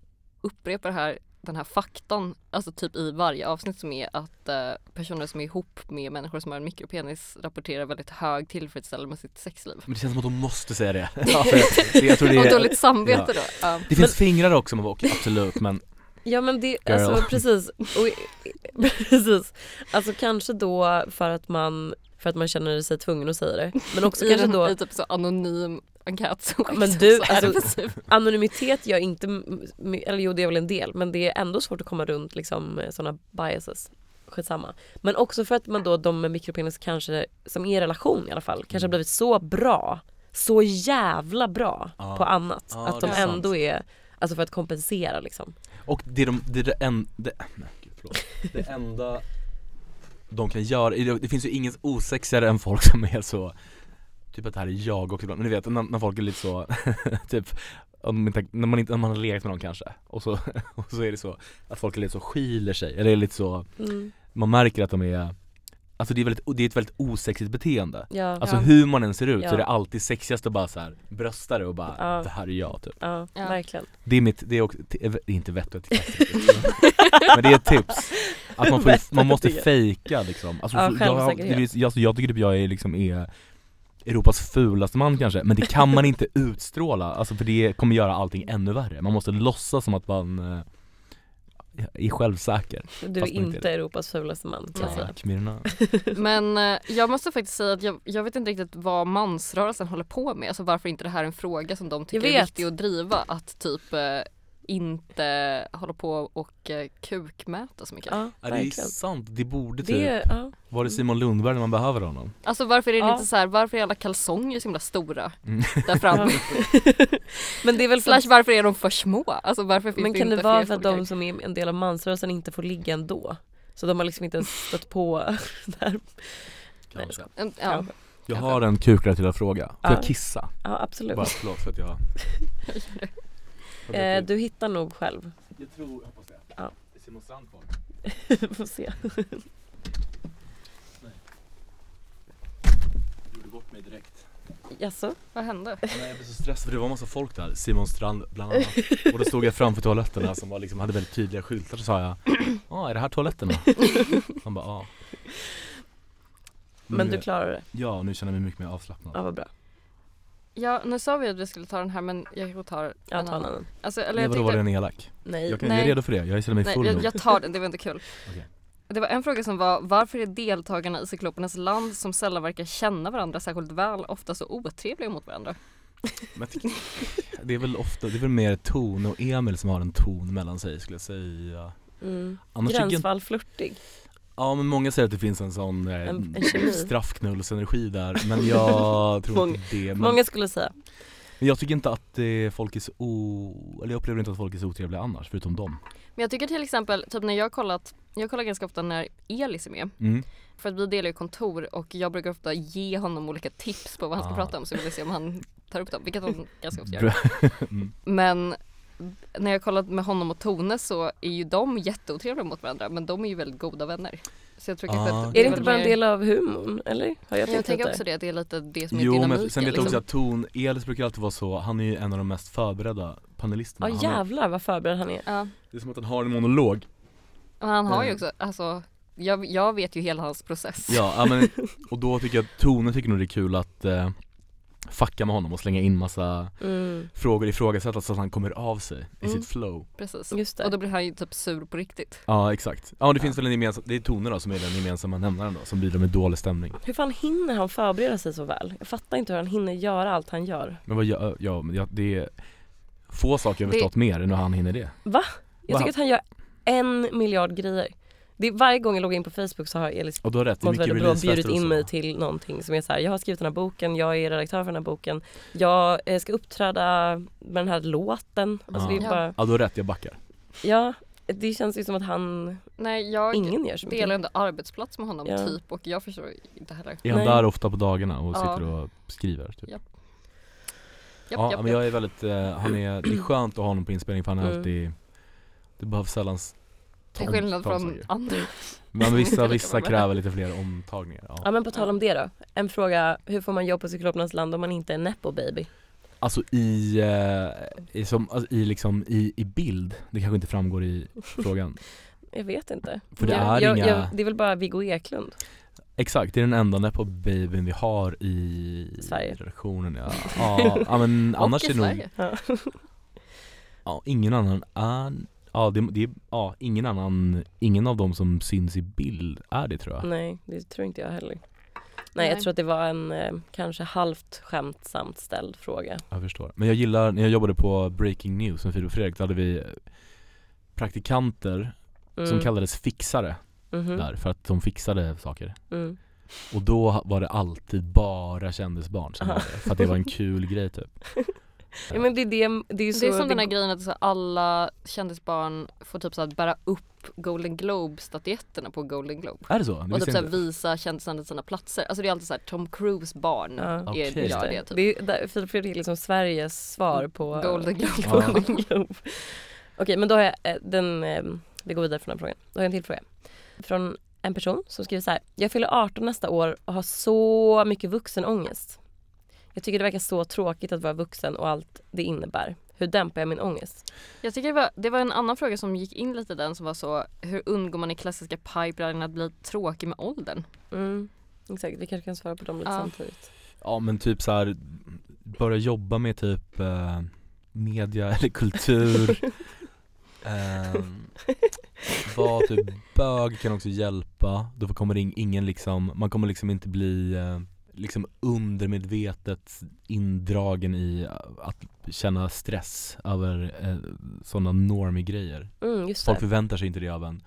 upprepar här, den här faktan, alltså typ i varje avsnitt som är att eh, personer som är ihop med människor som har en mikropenis rapporterar väldigt hög tillfredsställelse med sitt sexliv. Men det känns som att de måste säga det, ja, för det jag tror det Och är dåligt samvete då. Ja. Det finns fingrar också, man bara, okej absolut men Ja men det, Girl. alltså precis. Och, precis. Alltså kanske då för att man, för att man känner sig tvungen att säga det. Men också I, kanske en, då I typ så anonym enkät som Men skickas du, så är det alltså- precis- Anonymitet gör inte, m- m- eller jo det är väl en del, men det är ändå svårt att komma runt liksom sådana biases. Skitsamma. Men också för att man då, de med mikropenis kanske, som är i relation i alla fall, Mm. kanske har blivit så bra, så jävla bra Ja. på annat. Ja, att de det är sant. ändå är, alltså för att kompensera liksom. Och det de, det, är det, en, det, äh, nej, gud, förlåt. det enda de kan göra, det, det finns ju inget osexigare än folk som är så Typ att det här är jag också ibland, men ni vet när, när folk är lite så, typ om de inte, när, man inte, när man har legat med någon kanske och så, och så är det så att folk är lite så skiljer sig, eller är lite så, Mm. man märker att de är Alltså det är, väldigt, det är ett väldigt osexigt beteende Ja. Alltså Ja. hur man än ser ut så Ja. är det alltid sexigast att bara så här brösta det och bara Ja. det här är jag typ Ja, Ja. verkligen. det är mitt, det är också, det är inte vett och etikett Men det är ett tips, att man, Vett får, och man måste etikett. fejka liksom alltså, Ja, för- jag, självsäkerhet. det är- alltså, jag tycker typ jag är liksom är Europas fulaste man kanske, men det kan man inte utstråla, alltså för det kommer göra allting ännu värre Man måste låtsas som att man eh, är självsäker Du är Fast man inte är inte Europas fulaste man kan jag säga. Tack Mirna Men eh, jag måste faktiskt säga att jag, jag vet inte riktigt vad mansrörelsen håller på med. Alltså varför inte det här är en fråga som de tycker Jag är vet. viktig att driva. Att typ eh, inte hålla på och eh, kukmäta så mycket. Ja, ja, Det är verkligen. sant, det borde typ, Det, ja. var det Simon Lundberg när man behöver honom? Alltså varför är det Ja. inte så här, varför är alla kalsonger så himla stora Mm. där framme? Men det är väl för att Slash varför är de för små? Alltså varför finns Men det kan inte det vara fler för att storlekar? de som är en del av mansrörelsen inte får ligga ändå? Så de har liksom inte ens stött på där. Nej, Kanske. Mm, Ja, Kanske. Jag har en kukrelaterad fråga, får Ja. jag kissa? Ja absolut. Bara förlåt för att jag Eh, du hittar nog själv. Jag tror, jag hoppas det. Ja. Simon Strand kvar. Vi får se. Gjorde bort mig direkt. Jaså? Vad hände? Nej, jag blev så stressad för det var massa folk där, Simon Strand bland annat. Och då stod jag framför toaletterna som var liksom, hade väldigt tydliga skyltar så sa jag Ja, är det här toaletterna? Han bara ja. Men Nu- du klarar det? Ja, nu känner jag mig mycket mer avslappnad. Ja, vad bra. Ja, nu sa vi att vi skulle ta den här men jag kanske tar Jag tar en annan. Alltså, eller Nej, jag vadå var tyckte, den elak? Nej. Jag, kan, jag är Nej. redo för det, jag känner mig nej, full jag, nu. jag tar den, det var inte kul. Okej. Det var en fråga som var varför är deltagarna i cyklopernas land som sällan verkar känna varandra särskilt väl ofta så otrevliga mot varandra? Men jag tycker, det är väl ofta, det är väl mer ton och Emil som har en ton mellan sig skulle jag säga. Mm. Annars tycker jag inte, Gränsfall flörtig. ja men många säger att det finns en sån eh, En- en kemi. straffknullsenergi där, men jag tror inte det. Men, Många skulle säga. men jag tycker inte att eh, folk är så, o, eller jag upplever inte att folk är så otrevliga annars, förutom dem. Men jag tycker till exempel, typ när jag har kollat, jag kollar ganska ofta när Elis är med. Mm. För att vi delar ju kontor och jag brukar ofta ge honom olika tips på vad han ska Ah. prata om så jag vill se om han tar upp dem, vilket han ganska ofta gör. Bra. Mm. Men när jag kollat med honom och Tone så är ju de jätteotrevliga mot varandra men de är ju väldigt goda vänner. Så jag tror kanske Ah, att okej. Är det inte väl bara en mer- del av humorn? Eller? Har jag Jag, tänkt tänker lite? också det, att det är lite det som är Mm. Jo men dynamiken. sen vet jag liksom. också att ton, Elis brukar alltid vara så, han är ju en av de mest förberedda panelisterna. Ja Han har, jävlar vad förberedd han är. Ja, det är som att han har en monolog men han har ju Eh. också, alltså jag, jag vet ju hela hans process. Ja, ja, men, och då tycker jag att Tone tycker nog det är kul att eh, fucka med honom och slänga in massa Mm. frågor, ifrågasätta så att han kommer av sig i Mm. sitt flow Precis. Just det. Och då blir han ju typ sur på riktigt. Ja exakt, ja och det finns väl en gemensam, det är Tone då som är den gemensamma nämnaren då som bidrar med dålig stämning Hur fan hinner han förbereda sig så väl? Jag fattar inte hur han hinner göra allt han gör. Men vad jag, ja, men jag, det är få saker jag har förstått mer än hur han hinner det Jag Wow. tycker att han gör en miljard grejer. Det är, varje gång jag loggar in på Facebook så har Elis Och du har rätt, det är mått mycket väldigt bra bjudit releasefester och in mig så till någonting som är så här, jag har skrivit den här boken, jag är redaktör för den här boken, jag eh, ska uppträda med den här låten. Alltså det Ja. är bara, Ja du har rätt, jag backar ja, det känns ju som att han, Nej, jag ingen gör så delar mycket. ändå arbetsplats med honom Mm. Ja. typ och jag förstår inte heller. Är han Nej. där ofta på dagarna och Ja. sitter och skriver? Typ? Japp, Ja, Japp, japp, men japp. jag är väldigt, eh, han är, det är skönt att ha honom på inspelning för han är Mm. alltid Det behövs sällan s- Till tom- skillnad från tomsaker. andra. Mm. Men vissa, Olika vissa med. kräver lite fler omtagningar Ja ja. men på tal om det då, en fråga, hur får man jobb på Cyklopernas land om man inte är nepo baby? Alltså i, eh, i, som, alltså i liksom, i, i bild, det kanske inte framgår i frågan Jag vet inte. För det jag, är jag, inga- jag, det är väl bara Viggo Eklund? Exakt, det är den enda nepo-babyn vi har i Sverige. redaktionen ja. Ja, ja men annars och är i det nog, Sverige. Ja. ja, ingen annan är Ja, det, det, ja, ingen annan, ingen av dem som syns i bild är det tror Mm. jag Nej, det tror inte jag heller. Nej, Nej. jag tror att det var en eh, kanske halvt skämtsamt ställd fråga. Jag förstår. Men jag gillar, när jag jobbade på Breaking News med Filip och Fredrik, då hade vi praktikanter Mm. som kallades fixare Mhm. Mm. där, för att de fixade saker. Mm. Och då ha- var det alltid bara kändisbarn som var det, för att det var en kul grej typ. Ja, men det är, det, det är, ju så, Det är som den här grejen att så alla kändisbarn får typ så här bära upp Golden Globe-statyetterna på Golden Globe. Är det så? Det Och typ visste jag såhär inte. visa kändisarna sina platser. Alltså det är alltid såhär Tom Cruise barn Ja, är, Okej. gör det, det typ. typ. det är, där, Filip Fredrik är liksom Sveriges svar på Golden Globe. Ja. Mm. Golden Globe. Okej, men då har jag eh, den, eh, vi går vidare från den frågan. Då har jag en till fråga. Från en person som skriver så här. Jag fyller 18 nästa år och har så mycket vuxenångest. Jag tycker det verkar så tråkigt att vara vuxen och allt det innebär. Hur dämpar jag min ångest? Jag tycker det var, det var en annan fråga som gick in lite i den som var så hur undgår man i klassiska pipelinen att bli tråkig med åldern? Mm, exakt, vi kanske kan svara på dem lite Ja. samtidigt. Ja men typ så här börja jobba med typ eh, media eller kultur. Ehm, Var typ bög kan också hjälpa, då kommer det in- ingen liksom, man kommer liksom inte bli eh, liksom undermedvetet indragen i eh, att känna stress över eh, sådana normgrejer. Mm, just Folk det. förväntar sig inte det av en.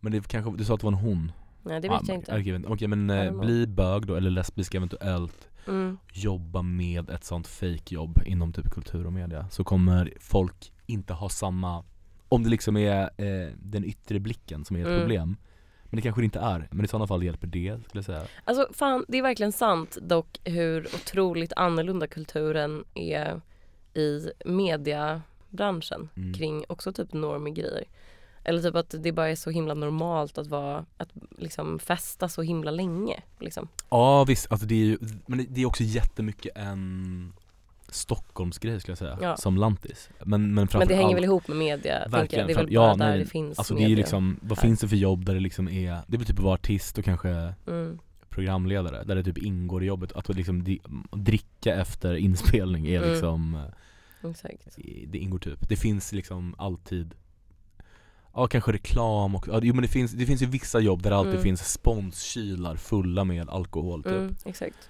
Men det kanske, du sa att det var en hon? Nej, det vet jag Ah, okej, inte. jag vet Okej men I eh, don't know. bli bög då, eller lesbisk eventuellt Mm, jobba med ett sånt fejkjobb inom typ kultur och media så kommer folk inte ha samma, om det liksom är eh, den yttre blicken som är ett Mm. problem men det kanske det inte är, men i sådana fall hjälper det skulle jag säga. Alltså fan, det är verkligen sant dock hur otroligt annorlunda kulturen är i mediabranschen Mm. kring också typ normgrejer. Eller typ att det bara är så himla normalt att vara, att liksom festa så himla länge liksom. Ja visst, alltså det är ju, men det- det är också jättemycket en Stockholmsgrej skulle jag säga, Ja. som lantis. Men, men Men det hänger framförallt- väl ihop med media, tänker Verkligen, jag. Det är väl fram- bara ja, där nej, det finns Alltså det är media. ju liksom, vad här. finns det för jobb där det liksom är, det är väl typ att vara artist och kanske mm. programledare, där det typ ingår i jobbet, att liksom di- dricka efter inspelning är Mm. liksom, Exakt. eh, det ingår typ, det finns liksom alltid Ja kanske reklam också, ja, jo men det finns, det finns ju vissa jobb där det alltid Mm. finns sponskylar fulla med alkohol typ Mm, exakt.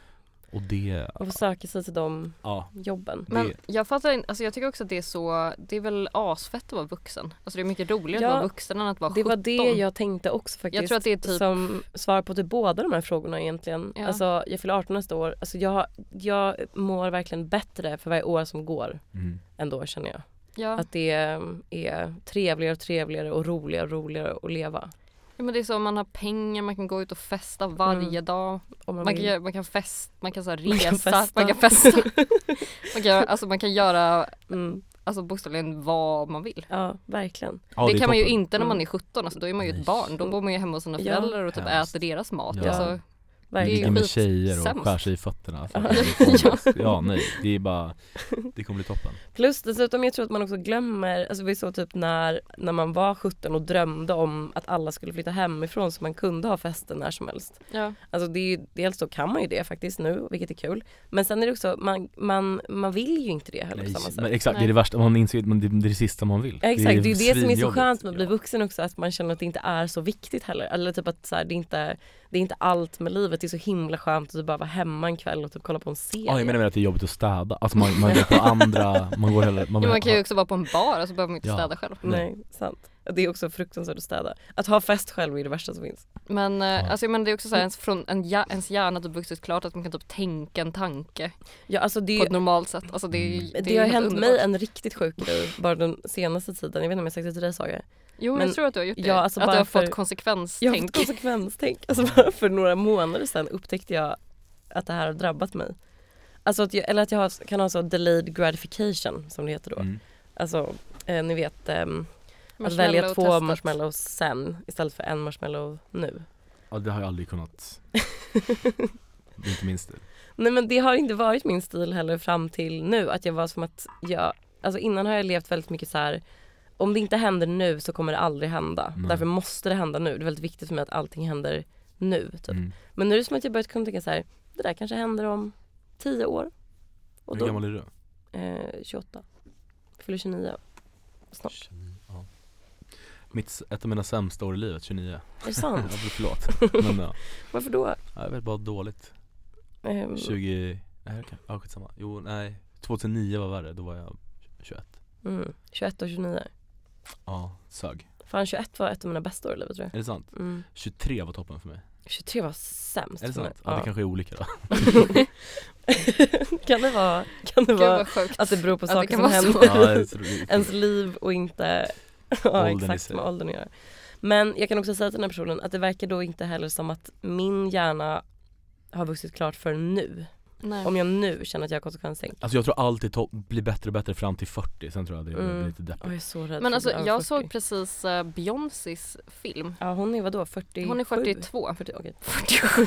Och det, Man får söka sig till de ja jobben. det, Men jag fattar inte, alltså jag tycker också att det är så, det är väl asfett att vara vuxen. Alltså det är mycket roligare Ja, att vara vuxen än att vara Det 17. var det jag tänkte också faktiskt. jag tror att det är typ, Som svar på typ båda de här frågorna egentligen. Ja. Alltså jag fyller 18 nästa år. Alltså jag, jag mår verkligen bättre för varje år som går mm. ändå känner jag. ja, Att det mm, är trevligare och trevligare och roligare och roligare att leva. ja, men det är så man har pengar, man kan gå ut och festa varje Mm. dag. Om man Man kan, vill. göra- man kan fest, man kan så här Man kan resa, festa. man kan festa. man, kan, göra- alltså man kan göra Mm. alltså bokstavligen vad man vill. Ja, verkligen. ja, det, är kan man ju toppen. inte när man Mm. är 17, alltså, då är man ju Nej. ett barn. Då bor man ju hemma hos sina Ja. föräldrar och typ Hemskt. äter deras mat. Ja. Alltså, verkligen. Ligga med skit tjejer och sämst. skär sig i fötterna för Ja. att det är konstigt. Ja nej, det är bara, det kommer bli toppen Plus dessutom jag tror att man också glömmer, alltså vi såg typ när, när man var 17 och drömde om att alla skulle flytta hemifrån så man kunde ha fester när som helst. ja. Alltså det är ju, dels så kan man ju det faktiskt nu, vilket är kul. Men sen är det också, man, man, man vill ju inte det heller på Nej, samma sätt. men exakt, det Nej. är det värsta, man inser att man- det, det är det sista man vill Ja, exakt, det är ju det som är så svinjobbigt. skönt med att bli Ja. vuxen också, att man känner att det inte är så viktigt heller. Eller typ att så här, det, är inte, det är inte allt med livet, det är så himla skönt att typ bara vara hemma en kväll och typ kolla på en serie. Ja jag menar väl att det är jobbigt att städa, alltså man, man går på andra, man går hellre, man, Ja, man kan ju också vara på en bar, alltså behöver man inte Ja. Mm. städa själv. Nej, sant. Det är också fruktansvärt att städa. Att ha fest själv är det värsta som finns. Men, eh, Ja. alltså, men det är också så här, ens, från en, hja- ens hjärna har typ vuxit klart att man kan typ tänka en tanke Ja, alltså det, på ett normalt sätt. Alltså, det, är, Mm. det, är har helt hänt mig underbart. en riktigt sjuk grej bara den senaste tiden. Jag vet inte om jag sagt det till dig Saga. Jo men, men- jag tror att du har gjort det. Ja, alltså, att du bara har för- fått konsekvenstänk. Jag har fått konsekvenstänk. Alltså bara för några månader sedan upptäckte jag att det här har drabbat mig. Alltså att jag, eller att jag har, kan ha så delayed gratification som det heter då. Mm. Alltså eh, ni vet ehm, att Marshmallow välja två testet. marshmallows sen istället för en marshmallow nu. Ja det har jag aldrig kunnat, inte minst det Nej men det har inte varit min stil heller fram till nu att jag var som att jag, alltså innan har jag levt väldigt mycket så här om det inte händer nu så kommer det aldrig hända. Nej. Därför måste det hända nu. Det är väldigt viktigt för mig att allting händer nu. Typ. mm. Men nu är det som att jag börjat kunna tänka så här, det där kanske händer om 10 år. Och Hur då, gammal är du? eh, 28. Fyller 29. Snart. 29, ja. Mitt, ett av mina sämsta år i livet, 29 Är det Jag sant? blir förlåt, men ja, Varför då? jag vet bara dåligt Ehm, 20, nej okej, ja skitsamma. Jo nej, 2009 var värre, då var jag 21. mm, 21 och 29. Ja, sög. Fan 21 var ett av mina bästa år i livet tror Är det sant? jag. Mm. 23 var toppen för mig. 23 var sämst Är det för sant? mig. Ja, det kanske är olika då. kan det vara, kan det Gud vara vad sjukt. att det beror på Att det saker kan som vara så. händer? Ja, jag tror det. Ens liv och inte ja, Åldern i exakt sig. med åldern att göra. Men jag kan också säga till den här personen att det verkar då inte heller som att min hjärna har vuxit klart för nu. Nej. Om jag nu känner att jag har konsekvenstänk. Alltså jag tror alltid to- blir bättre och bättre fram till 40, sen tror jag det Mm. blir lite deppigt. Jag är så rädd Men för att alltså bli över 40. jag såg precis eh, Beyoncés film. Ja hon är vadå 47? Hon är 42. 40, okej. 47.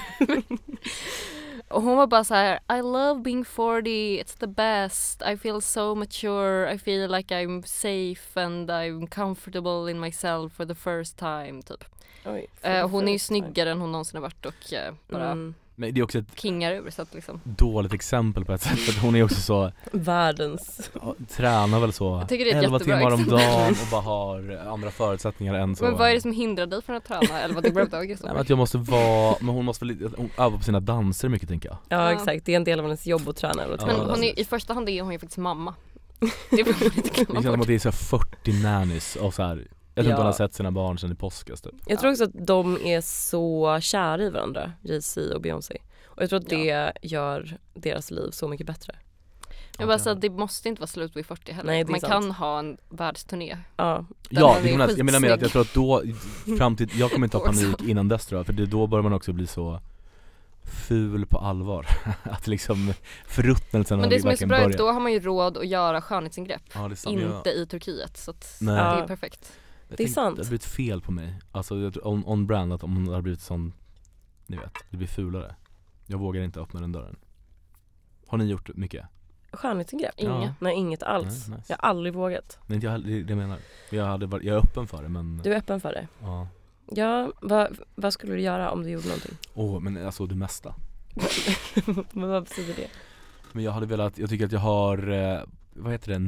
Och hon var bara så här, I love being 40, it's the best, I feel so mature, I feel like I'm safe and I'm comfortable in myself for the first time typ. Oj, Eh, hon är 42. ju snyggare än hon någonsin har varit och eh, bara Mm. Men det är också ett kingar ur så att liksom. dåligt exempel på ett sätt, för att hon är också så, Världens. ja, tränar väl så Jag tycker det är ett 11 jättebra timmar om exempel. dagen och bara har andra förutsättningar än så. Men vad är det som hindrar dig från att träna 11 timmar om dagen? Nej, Kristoffer? men att jag måste vara, men hon måste väl, hon övar på sina danser mycket tänker jag. Ja Ja. exakt det är en del av hennes jobb att träna. eller Ja, alltså. Men träna. hon är, i första hand är hon ju faktiskt mamma. Det får man inte Det känns glömma som att bort. det är så här 40 nannies och så här. Jag tror Ja. inte hon har sett sina barn sedan i påskas typ. Jag tror också att de är så kära i varandra, Jay-Z och Beyoncé. Och jag tror att det gör deras liv så mycket bättre. Jag bara säger att det måste inte vara slut vid 40 heller. Nej, det är man sant. kan ha en världsturné. Ja, Ja, den det är kommer att- jag menar mer att jag tror att då, fram till, jag kommer inte ha Och så. panik innan dess tror jag, för det, då börjar man också bli så ful på allvar. Att liksom förruttnelsen Men det som är så verkligen bra är att börjat. då har man ju råd att göra skönhetsingrepp. Ja, det är sant. Inte i Turkiet så att Nej. det Ja. är perfekt. Jag- Jag Det är tänkte- sant. Det hade blivit fel på mig, alltså jag tror- on, on brand att om hon hade blivit sån, ni vet, det blir fulare Jag vågar inte öppna den dörren Har ni gjort mycket? Skönhetsingrepp? Ja. Inga. Nej, inget alls. Nej, nice. Jag har aldrig vågat. Nej inte jag, det, är det jag menar jag, hade, varit- jag är öppen för det men, Du är öppen för det. ja Ja, vad, vad skulle du göra om du gjorde någonting? Åh men alltså det mesta Men vad betyder det? Men jag hade velat, jag tycker att jag har, eh, vad heter det,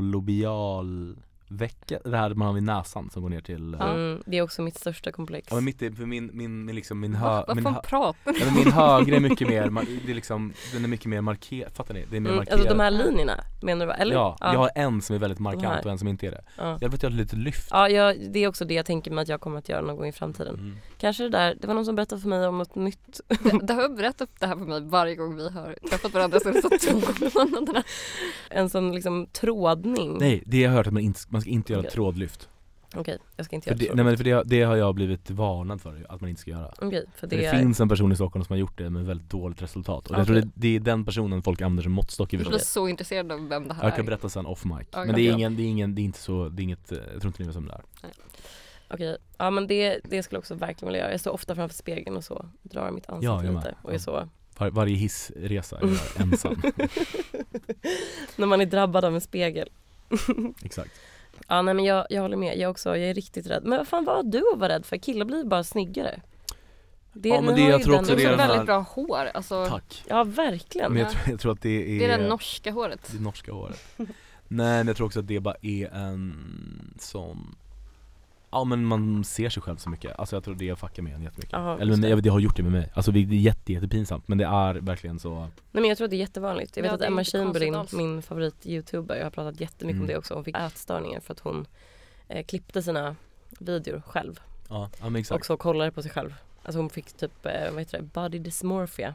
nasolobial vecka, det här man har vid näsan som går ner till eh, Mm, det är också mitt största komplex. Ja men mitt, är- för min, min, min liksom, min, hö, Va, vad min, fan hö, pratar ni ja, men min högra är mycket mer, ma- det är liksom, den är mycket mer markerad, fattar ni? Det är mer Mm, markerad alltså de här linjerna menar du va? Eller? Ja, ja. jag har en som är väldigt markant här. och en som inte är det ja. Jag vet att jag har lite lyft Ja, jag, det är också det jag tänker mig att jag kommer att göra någon gång i framtiden. mm. Kanske det där, det var någon som berättade för mig om ett nytt, Det, det har jag berättat det här för mig varje gång vi har träffat varandra senaste två månaderna. en sån liksom trådning. Nej, det har jag hört att man inte, man ska inte göra Okej. trådlyft Okej, jag ska inte för göra det, det. Nej men för det, det har jag blivit varnad för, att man inte ska göra Okej, för Det, det, det är... finns en person i Stockholm som har gjort det med väldigt dåligt resultat och jag Okej. tror det, det är den personen folk använder som måttstock i och Jag för blir sig så intresserad av vem det här Jag kan är. berätta sen off mic, Okej. men det är ingen, det är ingen, det är inte så, det är inget, eh, jag tror inte ni vet om det är Okej, ja men det, det skulle jag också verkligen vilja göra. Jag står ofta framför spegeln och så drar mitt ansikte jag med. lite och är Ja. så. Var, Varje hissresa är jag ensam, När man är drabbad av en spegel. exakt Ja nej men jag, jag håller med, jag också, jag är riktigt rädd. Men vad fan var du att vara rädd för? Killar blir bara snyggare. Det, Ja, men ni det- har jag ju tror också Du det är har den här- väldigt bra hår, alltså Tack Ja verkligen. Men jag tror, jag tror att det är det är det norska håret. det norska håret Nej men jag tror också att det bara är en sån Ja men man ser sig själv så mycket, alltså jag tror det fuckar med en jättemycket Ja, Eller just men det. jag vet, det har gjort det med mig, alltså det är jätte, jättepinsamt men det är verkligen så Nej men jag tror att det är jättevanligt. Jag vet Ja, att det är Emma inte konstigt Chamberlain, alls. min favorit-youtuber, jag har pratat jättemycket om Mm. det också. Hon fick ätstörningar för att hon eh, klippte sina videor själv. Ja, ja men Och exakt så kollade på sig själv. Alltså hon fick typ, eh, vad heter det, body dysmorphia.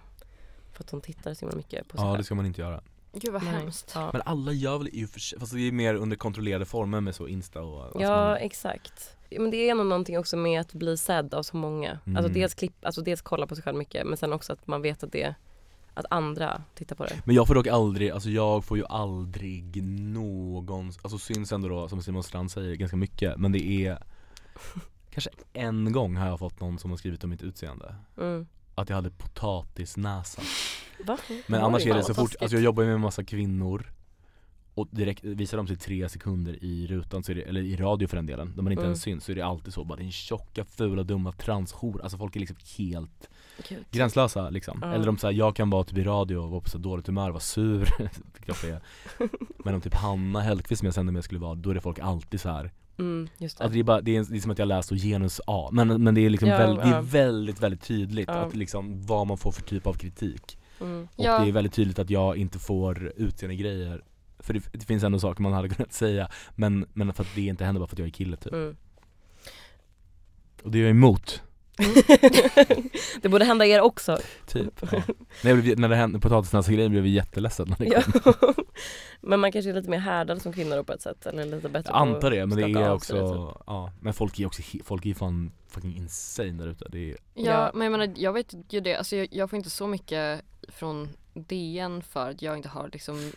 För att hon tittade så himla mycket på sig Ja själv. det ska man inte göra Gud vad Nej. hemskt. Ja, Men alla gör väl i och för sig, fast det är mer under kontrollerade former med så insta och alltså ja man- exakt. Ja, Men det är nog någonting också med att bli sedd av så många. Mm. Alltså, dels klipp, alltså dels kolla på sig själv mycket men sen också att man vet att det att andra tittar på det. Men jag får dock aldrig, alltså jag får ju aldrig någon, alltså syns ändå då som Simon Strand säger ganska mycket men det är Kanske en gång har jag fått någon som har skrivit om mitt utseende Mm. Att jag hade potatisnäsa Va? Men Oj. annars är det fan så vad fort, taskigt. alltså jag jobbar ju med en massa kvinnor och direkt, visar de sig tre sekunder i rutan, så är det, eller i radio för den delen, där man inte Mm. ens syns, så är det alltid så bara din tjocka, fula, dumma transhor, alltså folk är liksom helt Gud. gränslösa liksom. Ja. Eller om såhär, jag kan vara typ i radio och vara på så här dåligt humör, vara sur, vilket jag ofta är. Men om typ Hanna Hellquist som jag sände med skulle vara, då är det folk alltid så här. Mm, just det. Alltså det är bara, det är, det är som att jag läst och genus A. Men, men det är liksom Ja, väl, det ja. är väldigt, väldigt tydligt Ja. att liksom vad man får för typ av kritik. Mm. Och Ja. det är väldigt tydligt att jag inte får utseende grejer. För det, det finns ändå saker man hade kunnat säga, men, men för att det inte händer bara för att jag är kille typ. Mm. Och det är jag emot. det borde hända er också. Typ. Ja. När, jag blev, när det hände potatisnäsa-grejen blev jag jätteledsen när det Ja. men man kanske är lite mer härdad som kvinna då på ett sätt eller lite bättre Jag antar det, men det skaka är av sig det, också, ja, men folk är också, he- folk är fan fucking insane där ute det är, Ja, Ja. men jag menar jag vet ju det, alltså jag, jag får inte så mycket från DN för att jag inte har liksom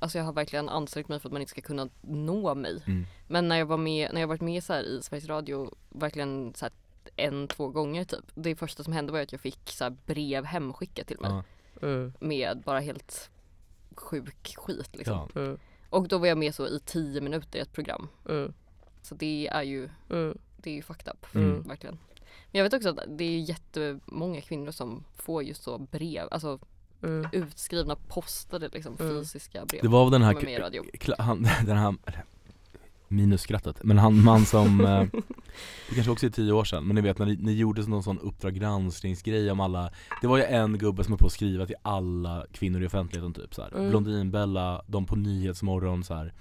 Alltså jag har verkligen ansträngt mig för att man inte ska kunna nå mig. mm. Men när jag var med, när jag varit med så här i Sveriges Radio verkligen så här en, två gånger typ. Det första som hände var att jag fick så här brev hemskickat till mig ja, att- Mm. med bara helt sjuk skit liksom. ja. Mm. Och då var jag med så i tio minuter i ett program. Mm. Så det är ju, Mm. det är ju fucked up. Mm. Verkligen. Men jag vet också att det är jättemånga kvinnor som får just så brev, alltså Mm. utskrivna postade liksom Mm. fysiska brev. Det var väl den här, som är med i radio. kla- han, den här, minus skrattet, men han man som, eh, det kanske också är tio år sedan, men ni vet när ni, ni gjorde någon sån Uppdrag granskningsgrej om alla, det var ju en gubbe som är på att skriva till alla kvinnor i offentligheten typ så här. Mm. Blondinbella, de på Nyhetsmorgon så här.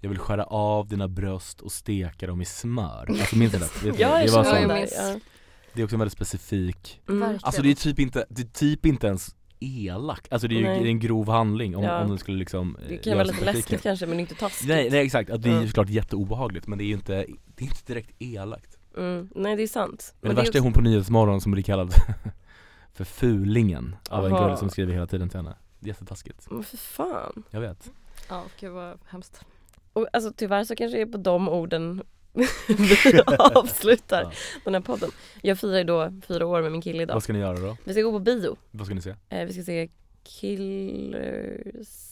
Jag vill skära av dina bröst och steka dem i smör. Alltså minns ni det? Vet ni? Ja, det, jag var känner så- sån- igen jag det. minns. Ja. det är också en väldigt specifik Mm. Verkligen. Alltså det är typ inte, det är typ inte ens elak, alltså det är ju Nej. det är en grov handling om, Ja. om den skulle liksom eh, Det kan göras vara i lite praktiken. läskigt kanske men inte taskigt. Nej, nej exakt, att det är ju Mm. såklart jätteobehagligt men det är ju inte, det är inte direkt elakt Mm. Nej det är sant. Men, det är värsta är också- hon på Nyhetsmorgon som blir kallad för fulingen av en Aha. kille som skriver hela tiden till henne Det är Jättetaskigt, Men för fan. jag vet Ja, gud vad hemskt. Och alltså tyvärr så kanske det är på de orden vi avslutar Ja. den här podden. Jag firar ju då fyra år med min kille idag. Vad ska ni göra då? Vi ska gå på bio. Vad ska ni se? Eh, vi ska se Killers...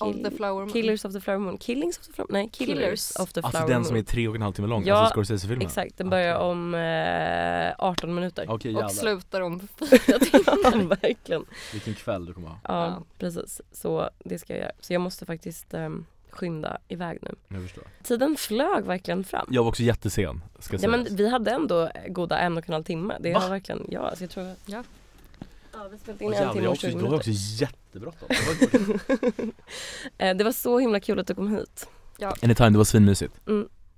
Of the flower moon. Killers of the Flower Moon. Killings of the Flower Nej, Killers, Killers. of the Flower Alltså den Moon. som är tre och en halv timme lång, Ja, alltså Scorsese-filmen? Exakt, den börjar Okej. om eh, 18 minuter. Okej Och jävlar, slutar om fyra timmar. Verkligen. vilken kväll du kommer ha. Ja, Ja. precis. Så det ska jag göra. Så jag måste faktiskt eh, skynda iväg nu. Jag förstår. Tiden flög verkligen fram. Jag var också jättesen, ska jag Ja säga. men vi hade ändå goda en och en halv timme. Det Va? har verkligen, ja så jag tror att... Ja. Ja, vi spelade in Åh, en jävlar, timme jag och också, 20 då var jag minuter. också jättebråttom. Det var- Eh, Det var så himla kul att du kom hit. Anytime, det var svinmysigt.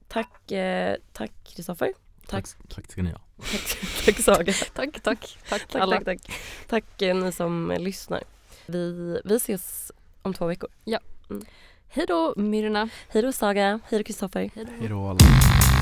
Tack, eh, tack Kristoffer. Tack. Tack ska ni ha. Tack Saga. Tack, tack, tack Tack, alla. tack, tack. Tack eh, ni som eh, lyssnar. Vi, vi ses om två veckor. Hej då Myrna. Hej då Saga, hej då Kristoffer. Hejdå alla.